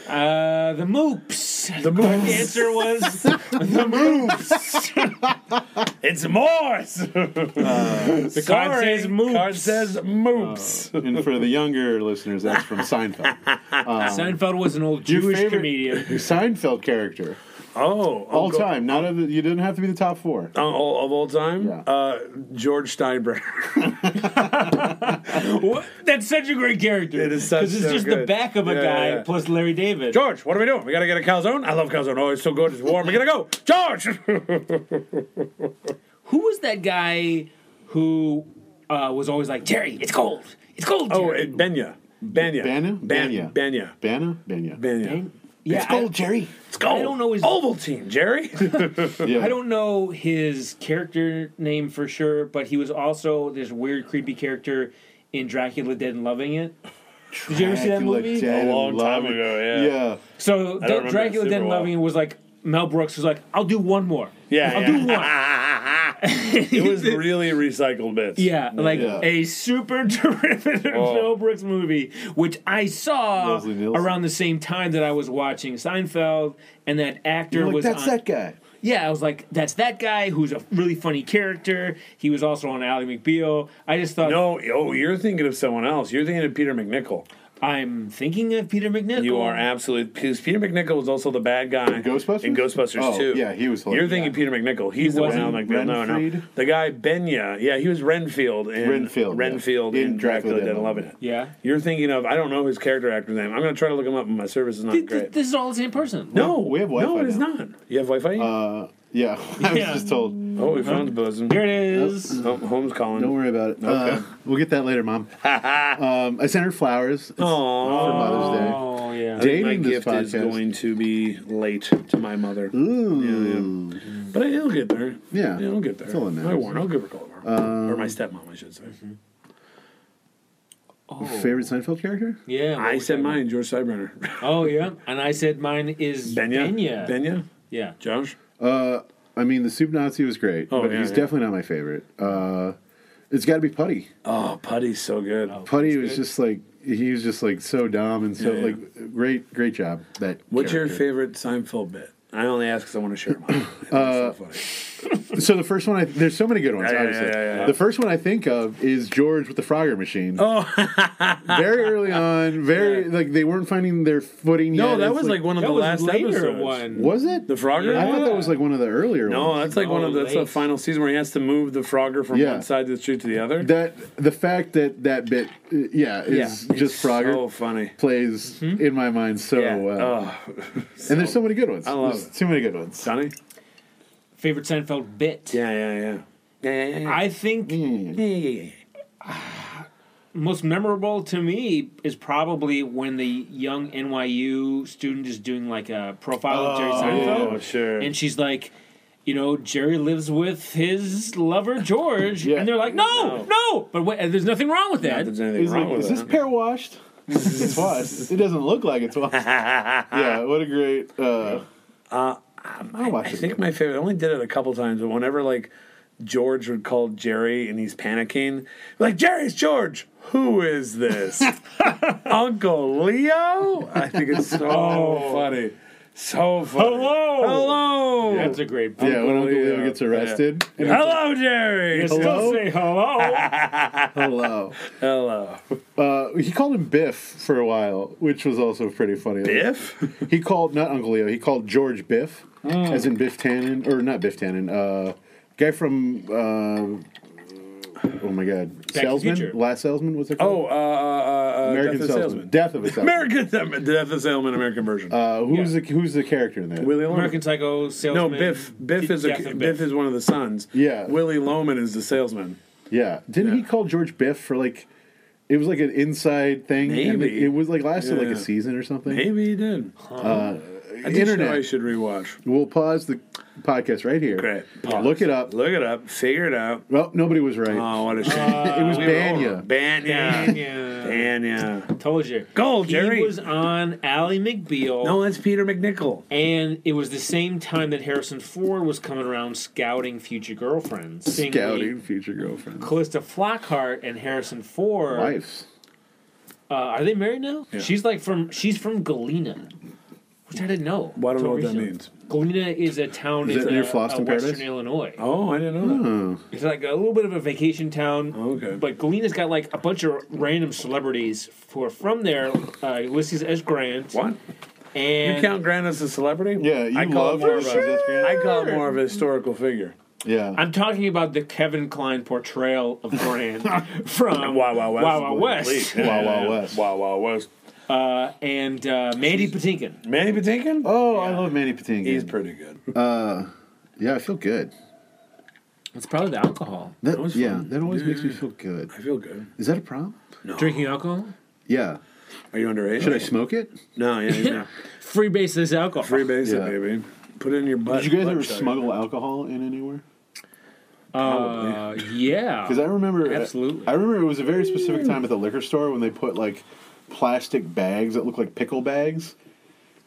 S5: Uh, the Moops. moves. The moves. The answer was the moves.
S4: It's Morse.
S5: The card says moves.
S4: Uh, Card says Uh, moops.
S2: and for the younger listeners, that's from Seinfeld.
S5: Seinfeld was an old Jewish comedian.
S2: your Seinfeld character
S4: oh,
S2: all
S4: go-
S2: time. Not of the, you didn't have to be the top four.
S4: Uh, all- of all time,
S2: Yeah.
S4: uh, George Steinbrenner.
S5: What? That's such a great character.
S4: It is such-
S5: Because it's
S4: so
S5: just the
S4: good.
S5: back of a
S4: Yeah,
S5: guy
S4: yeah.
S5: plus Larry David.
S4: George, what are we doing? We gotta get a calzone. I love calzone. Oh, it's so good. It's warm. We gotta go, George.
S5: Who was that guy who uh, was always like, Terry, it's cold. It's cold,
S4: oh,
S5: Terry.
S4: it, Benya. Benya.
S2: Banya?
S4: Ban-
S2: Banya.
S4: Benya.
S2: Banna? Banya.
S4: Benya.
S5: yeah,
S2: It's cold, Jerry.
S4: It's gold.
S5: I don't know his-
S4: Ovaltine, Jerry.
S2: Yeah.
S5: I, I don't know his character name for sure, but he was also this weird, creepy character in Dracula Dead and Loving It. Did you ever see that movie?
S2: Dead
S4: A
S2: and
S4: long time
S2: Loving-
S4: ago, yeah.
S2: Yeah.
S5: So
S4: I don't
S5: that
S4: remember
S5: Dracula
S4: it
S5: Dead
S4: super
S5: and
S4: well.
S5: Loving It was like Mel Brooks was like, I'll do one more.
S4: Yeah,
S5: I'll
S4: yeah.
S5: do one.
S4: it was really recycled bits.
S5: Yeah, like
S2: Yeah.
S5: a super derivative
S4: Oh.
S5: Mel Brooks movie, which I saw
S2: Leslie Nielsen.
S5: around the same time that I was watching Seinfeld, and that actor
S2: You're like,
S5: was
S2: that's
S5: on,
S2: that guy.
S5: yeah, I was like, that's that guy who's a really funny character. He was also on Ally McBeal. I just thought
S4: No, oh, you're thinking of someone else. You're thinking of Peter McNichol.
S5: I'm thinking of Peter McNichol.
S4: You are absolutely because Peter McNichol was also the bad guy in
S2: Ghostbusters?
S4: In Ghostbusters
S2: Oh,
S4: too.
S2: yeah, he was
S4: You're
S2: hilarious.
S4: thinking Peter McNichol. He's the one
S5: wasn't
S4: out like no, no, no.
S2: Renfried?
S4: The guy Benya. Yeah, he was Renfield in
S2: Renfield, yeah.
S4: Renfield in, Dracula, Dead and Loving It.
S5: Yeah.
S4: You're thinking of I don't know his character actor's name. I'm gonna try to look him up. but My service is not
S5: Th- th-
S4: great.
S5: this is all the same person.
S4: no,
S2: We have
S4: No,
S2: Wi-Fi
S4: it is
S2: now.
S4: not. You have Wi-Fi.
S2: Uh, yeah. I was
S5: Yeah.
S2: just told.
S4: oh, we found the bosom.
S5: Here it is.
S4: Oh, Holmes calling.
S2: Don't worry about it. Uh, we'll get that later, Mom. um, I sent her flowers. It's
S4: Aw.
S2: for Mother's Day.
S5: Oh yeah.
S4: My
S2: Uh, Dating this
S4: gift
S2: podcast.
S4: is going to be late to my mother.
S2: Ooh.
S4: But it'll get there.
S2: Yeah.
S4: it'll get there.
S2: That's all that matters.
S4: I warn. I'll give her a call tomorrow, or my stepmom, I should say.
S2: Favorite Seinfeld character?
S5: Yeah. what
S4: I
S5: was
S4: said
S5: that?
S4: mine. George Steinbrenner.
S5: Oh yeah. And I said mine is
S4: Benya.
S5: Benya.
S4: Benya.
S5: Yeah.
S4: Josh.
S2: I mean, the Soup Nazi was great,
S4: Oh,
S2: but
S4: yeah,
S2: he's
S4: yeah.
S2: definitely not my favorite. Uh, it's got to be Putty.
S4: Oh, Putty's so good.
S2: Putty was just like he was just like so dumb and so
S4: Yeah, yeah.
S2: like great, great job. That
S4: What's your
S2: character.
S4: favorite Seinfeld bit? I only ask because I want to share mine. uh, so funny.
S2: So the first one, I, there's so many good ones.
S4: Yeah, yeah,
S2: obviously,
S4: yeah, yeah, yeah.
S2: the first one I think of is George with the Frogger machine. Oh, very early on, very like they weren't finding their footing
S4: No,
S2: yet.
S4: that
S2: It's
S4: was like, one of
S5: That
S4: the
S5: was
S4: last
S5: later
S4: episodes.
S5: one.
S2: was it
S4: The Frogger.
S2: I thought that was like one of the earlier
S4: No,
S2: ones.
S4: that's like one
S5: Oh,
S4: of the, that's the
S5: late.
S4: final season where he has to move the Frogger from
S2: Yeah.
S4: one side of the street to the other.
S2: That the fact that that bit, uh, yeah, is
S4: It's
S2: just Frogger.
S4: So
S2: Oh,
S4: funny.
S2: plays in my mind so
S4: Mm-hmm. Yeah. Oh,
S2: well. and there's so many good ones.
S4: love
S2: there's
S4: it.
S2: too many good ones.
S4: Sonny?
S5: Favorite Seinfeld bit.
S4: Yeah, Hmm. yeah, yeah. Yeah, yeah, yeah.
S5: I think
S4: yeah, yeah, yeah.
S5: most memorable to me is probably when the young NYU student is doing like a profile of Jerry Seinfeld.
S4: Oh, sure.
S5: And she's like, you know, Jerry lives with his lover George,
S2: Yeah.
S5: and they're like, no, no.
S4: No.
S5: But wait, and there's nothing wrong with that.
S4: There's anything
S2: Is,
S4: wrong
S2: like,
S4: with
S2: is this
S4: that.
S2: pair washed? it's washed. It doesn't look like it's washed. yeah, what a great. Uh, I'll watch
S4: I
S2: it.
S4: think my favorite. I only did it a couple times, but whenever like George would call Jerry and he's panicking, like Jerry, it's George. Who is this? Uncle Leo? I think it's so funny. So funny.
S5: Hello.
S4: Hello.
S5: That's a great point.
S2: yeah, when Uncle Leo
S4: Leo.
S2: gets arrested. and he's
S4: Hello, Jerry.
S5: Still
S2: Hello?
S5: say hello.
S2: like, Hello.
S4: Hello.
S2: Oh, Uh, he called him Biff for a while, which was also pretty funny.
S4: Biff?
S2: He called, not Uncle Leo, he called George Biff, as in Biff Tannen, or not Biff Tannen, uh, guy from, uh, oh my god, Salesman?
S5: Future.
S2: Last Salesman, what's it called?
S4: Oh, uh, uh, uh, uh,
S2: American
S4: Death of a
S2: Salesman.
S4: Salesman.
S2: Death of a Salesman.
S4: American Death of a Salesman, American version.
S2: Uh, who's the who's the character in that?
S4: Willie Loman.
S5: American Psycho
S4: no,
S5: salesman.
S4: Biff. Biff is a,
S5: Death
S4: Biff.
S5: of
S4: is one of the sons.
S2: Yeah.
S4: Willie Loman is the salesman.
S2: yeah, didn't he
S4: Yeah.
S2: call George Biff for like? It was like an inside thing. and
S4: Maybe.
S2: it was like lasted like
S4: Yeah.
S2: a season or something.
S4: Maybe he did. I did
S2: Internet.
S4: Know I should rewatch.
S2: We'll pause the podcast right here.
S4: Great.
S2: Look it up.
S4: Look it up. Figure it out.
S2: Well, nobody was right.
S4: Oh, what a shame.
S2: Uh, it was
S4: We were over.
S2: Banya.
S4: Banya.
S5: Yeah.
S4: Banya.
S5: Told you.
S4: Go, Jerry.
S5: He was on Ally McBeal.
S4: No, that's Peter McNichol.
S5: And it was the same time that Harrison Ford was coming around scouting future girlfriends. Seeing
S2: Scouting future girlfriend.
S5: Callista Flockhart and Harrison Ford.
S2: Wives.
S5: Uh, are they married now? She's like from she's from Galena. which I didn't know.
S4: Well, I don't know what
S5: until
S4: that
S5: recently.
S4: means.
S5: Galena is a town
S2: Is
S5: in
S2: that
S5: uh,
S2: near Floston,
S5: uh, Western
S2: Paradise?
S5: Illinois.
S4: Oh, I didn't know that.
S5: It's like a little bit of a vacation town.
S2: Hmm.
S4: Okay.
S5: But Galena's got like a bunch of random celebrities who are from there. Uh, Ulysses S. Grant.
S4: What? You
S5: And
S4: count Grant as a celebrity?
S2: Yeah, you
S4: I call
S2: love
S4: it more of
S2: Ulysses S.
S4: a,
S2: Grant.
S4: I call it more of a historical figure.
S2: Yeah.
S5: I'm talking about the Kevin Klein portrayal of Grant from
S4: Wow, wow, Um, west.
S2: Wow,
S5: Wow Wow West.
S2: wow, west.
S4: Wow, wow, west.
S5: Uh, and uh, Mandy Patinkin.
S4: Manny Patinkin?
S2: Oh, Uh, I love Manny Patinkin.
S4: He's pretty good.
S2: yeah, I feel good.
S5: It's probably the alcohol.
S2: That,
S4: was
S2: yeah,
S4: fun.
S2: that always
S4: Yeah,
S2: makes me
S4: yeah.
S2: feel good.
S4: I feel good.
S2: Is that a problem?
S5: Drinking alcohol?
S2: Yeah.
S4: Are you underage?
S2: Should I smoke it?
S4: No, yeah, yeah.
S5: Freebase this alcohol.
S4: Free base
S2: Yeah.
S4: it, baby. Put it in your butt.
S2: Did you guys
S4: butt
S2: ever
S4: chug.
S2: smuggle alcohol in anywhere?
S5: Uh, yeah.
S2: Because I remember uh,
S5: Absolutely.
S2: I remember it was a very specific time at the liquor store when they put like plastic bags that look like pickle bags.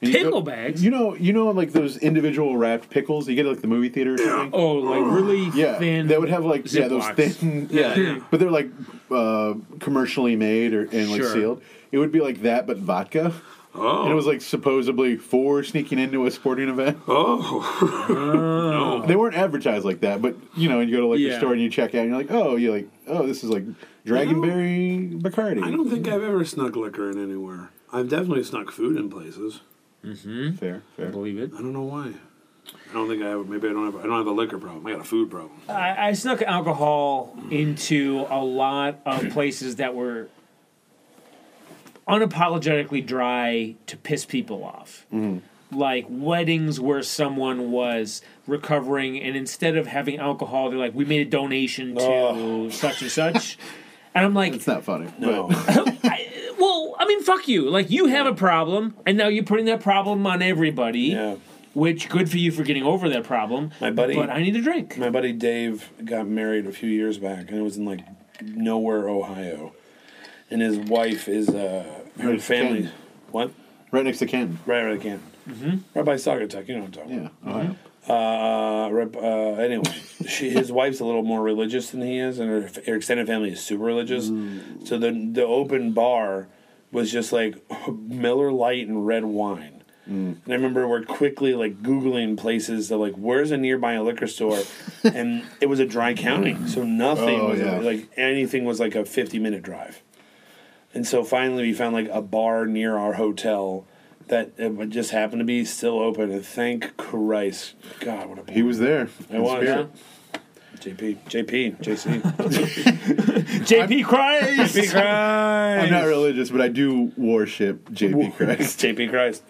S2: And you go-
S5: Pickle bags?
S2: You know, you know, like those individual wrapped pickles you get at like the movie theater or something.
S5: oh, like really
S2: yeah,
S5: thin.
S2: they would have like yeah those
S5: Ziplocs.
S2: thin yeah, but they're like uh, commercially made or and like
S5: Sure.
S2: sealed. It would be like that, but vodka. Oh. And it was like supposedly for sneaking into a sporting event.
S6: Oh.
S5: uh,
S2: They weren't advertised like that, but you know, you go to like
S5: Yeah.
S2: the store and you check out, and you're like, oh, you're like, oh, this is like Dragonberry Bacardi.
S4: I don't think I've ever snuck liquor in anywhere. I've definitely snuck food in places.
S2: Fair, fair.
S5: Believe it.
S4: I don't know why. I don't think I have. Maybe I don't have. I don't have a liquor problem. I got a food problem.
S5: I, I snuck alcohol into a lot of places that were unapologetically dry to piss people off.
S2: Mm-hmm.
S5: Like weddings where someone was recovering, and instead of having alcohol, they're like, "We made a donation to
S2: Oh.
S5: such and such," and I'm like,
S2: It's not funny.
S4: No.
S2: But
S5: "Well, I mean, fuck you! Like, you have a problem, and now you're putting that problem on everybody."
S4: Yeah.
S5: Which good for you for getting over that problem.
S4: My buddy-
S5: but I need a drink.
S4: My buddy Dave got married a few years back, and it was in like nowhere, Ohio. And his wife is uh, her
S2: Right,
S4: family.
S2: Canton.
S4: What?
S2: right next to Canton.
S4: Right, right, can. Mm-hmm. Right by Saugatuck. You know what I'm talking.
S2: Yeah. Uh-huh. Ohio.
S4: Uh, rep- uh, anyway, she, his wife's a little more religious than he is, and her, f- her extended family is super religious. So the the open bar was just like Miller Light and red wine. And I remember we're quickly like googling places that like where's a nearby liquor store, and it was a dry county, so nothing
S2: Oh,
S4: was
S2: yeah.
S4: like anything was like a fifty minute drive. And so finally, we found like a bar near our hotel that it would just happened to be still open. And thank Christ, God, what a
S2: He was there.
S4: I was JP, JP, JC,
S5: JP Christ.
S4: JP Christ.
S2: I'm not religious, but I do worship JP Christ.
S4: JP Christ.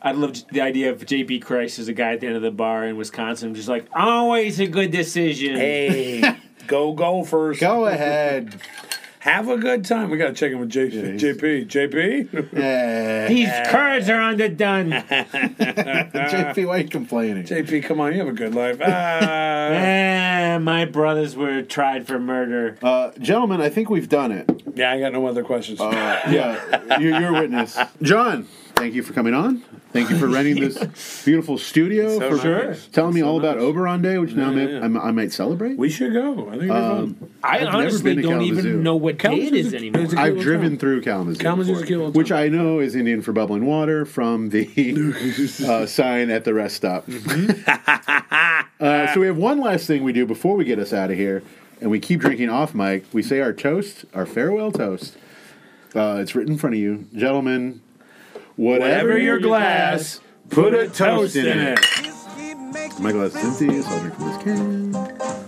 S5: I love the idea of JP Christ as a guy at the end of the bar in Wisconsin, just like always a good decision.
S4: hey, go Gophers.
S2: Go ahead.
S4: Have a good time. We gotta check in with JP.
S2: he's-
S4: JP, JP.
S2: Yeah.
S5: These cards are on the done.
S4: Ah.
S2: JP, why are you complaining?
S4: JP, come on, you have a good life. Ah.
S5: Ah, my brothers were tried for murder.
S2: Uh, gentlemen, I think we've done it.
S4: yeah, I got no other questions.
S2: Uh, yeah, you're, you're a witness. John, thank you for coming on. Thank you for renting this beautiful studio.
S4: so
S2: for
S4: nice.
S2: telling me all about Oberon Day, which now
S4: Yeah,
S2: may,
S4: yeah.
S2: I mi- I might celebrate.
S4: we should go. I think it'd be
S2: um,
S4: fun.
S5: I
S2: I've never
S5: honestly
S2: been to
S5: don't
S2: Kalamazoo.
S5: even know what day it
S4: Kalamazoo's
S5: is
S4: a-
S5: anymore.
S4: it's a-
S2: I've
S4: Good
S2: driven
S4: time.
S2: through Kalamazoo,
S4: Kalamazoo's
S2: before,
S4: a good little
S2: which
S4: town.
S2: I know is Indian for bubbling water from the uh, sign at the rest stop. uh, so we have one last thing we do before we get us out of here, and we keep drinking off mic. We say our toast, our farewell toast. Uh, it's written in front of you, gentlemen. Whatever, your glass, put a toast in it.
S1: Whiskey makes
S2: My
S1: you
S2: glass is
S1: thirsty.
S2: empty, so I'll drink from this can.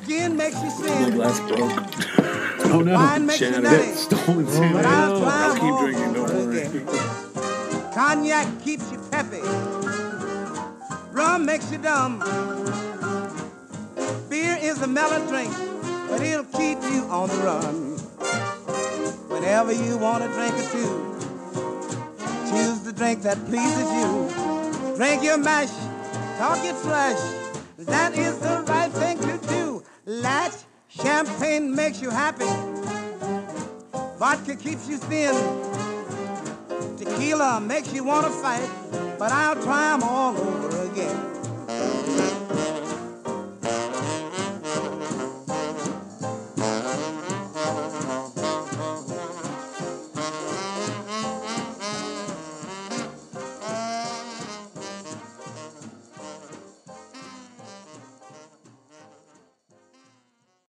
S1: Gin makes you sin.
S4: Glass broke.
S2: Oh
S1: Wine
S2: no,
S1: makes you
S4: Shannon,
S2: that
S1: nice.
S2: stolen
S1: But
S2: salmon.
S1: I'll try
S4: I'll keep
S1: all
S4: drinking. Don't
S1: over
S4: worry.
S1: again. Cognac keeps you peppy. Rum makes you dumb. Beer is a mellow drink, but it'll keep you on the run. Whenever you want to drink or two, choose the drink that pleases you. Drink your mash, talk your trash. That is the right thing to do. Latch, champagne makes you happy. Vodka keeps you thin. Tequila makes you want to fight, but I'll try 'em all over again.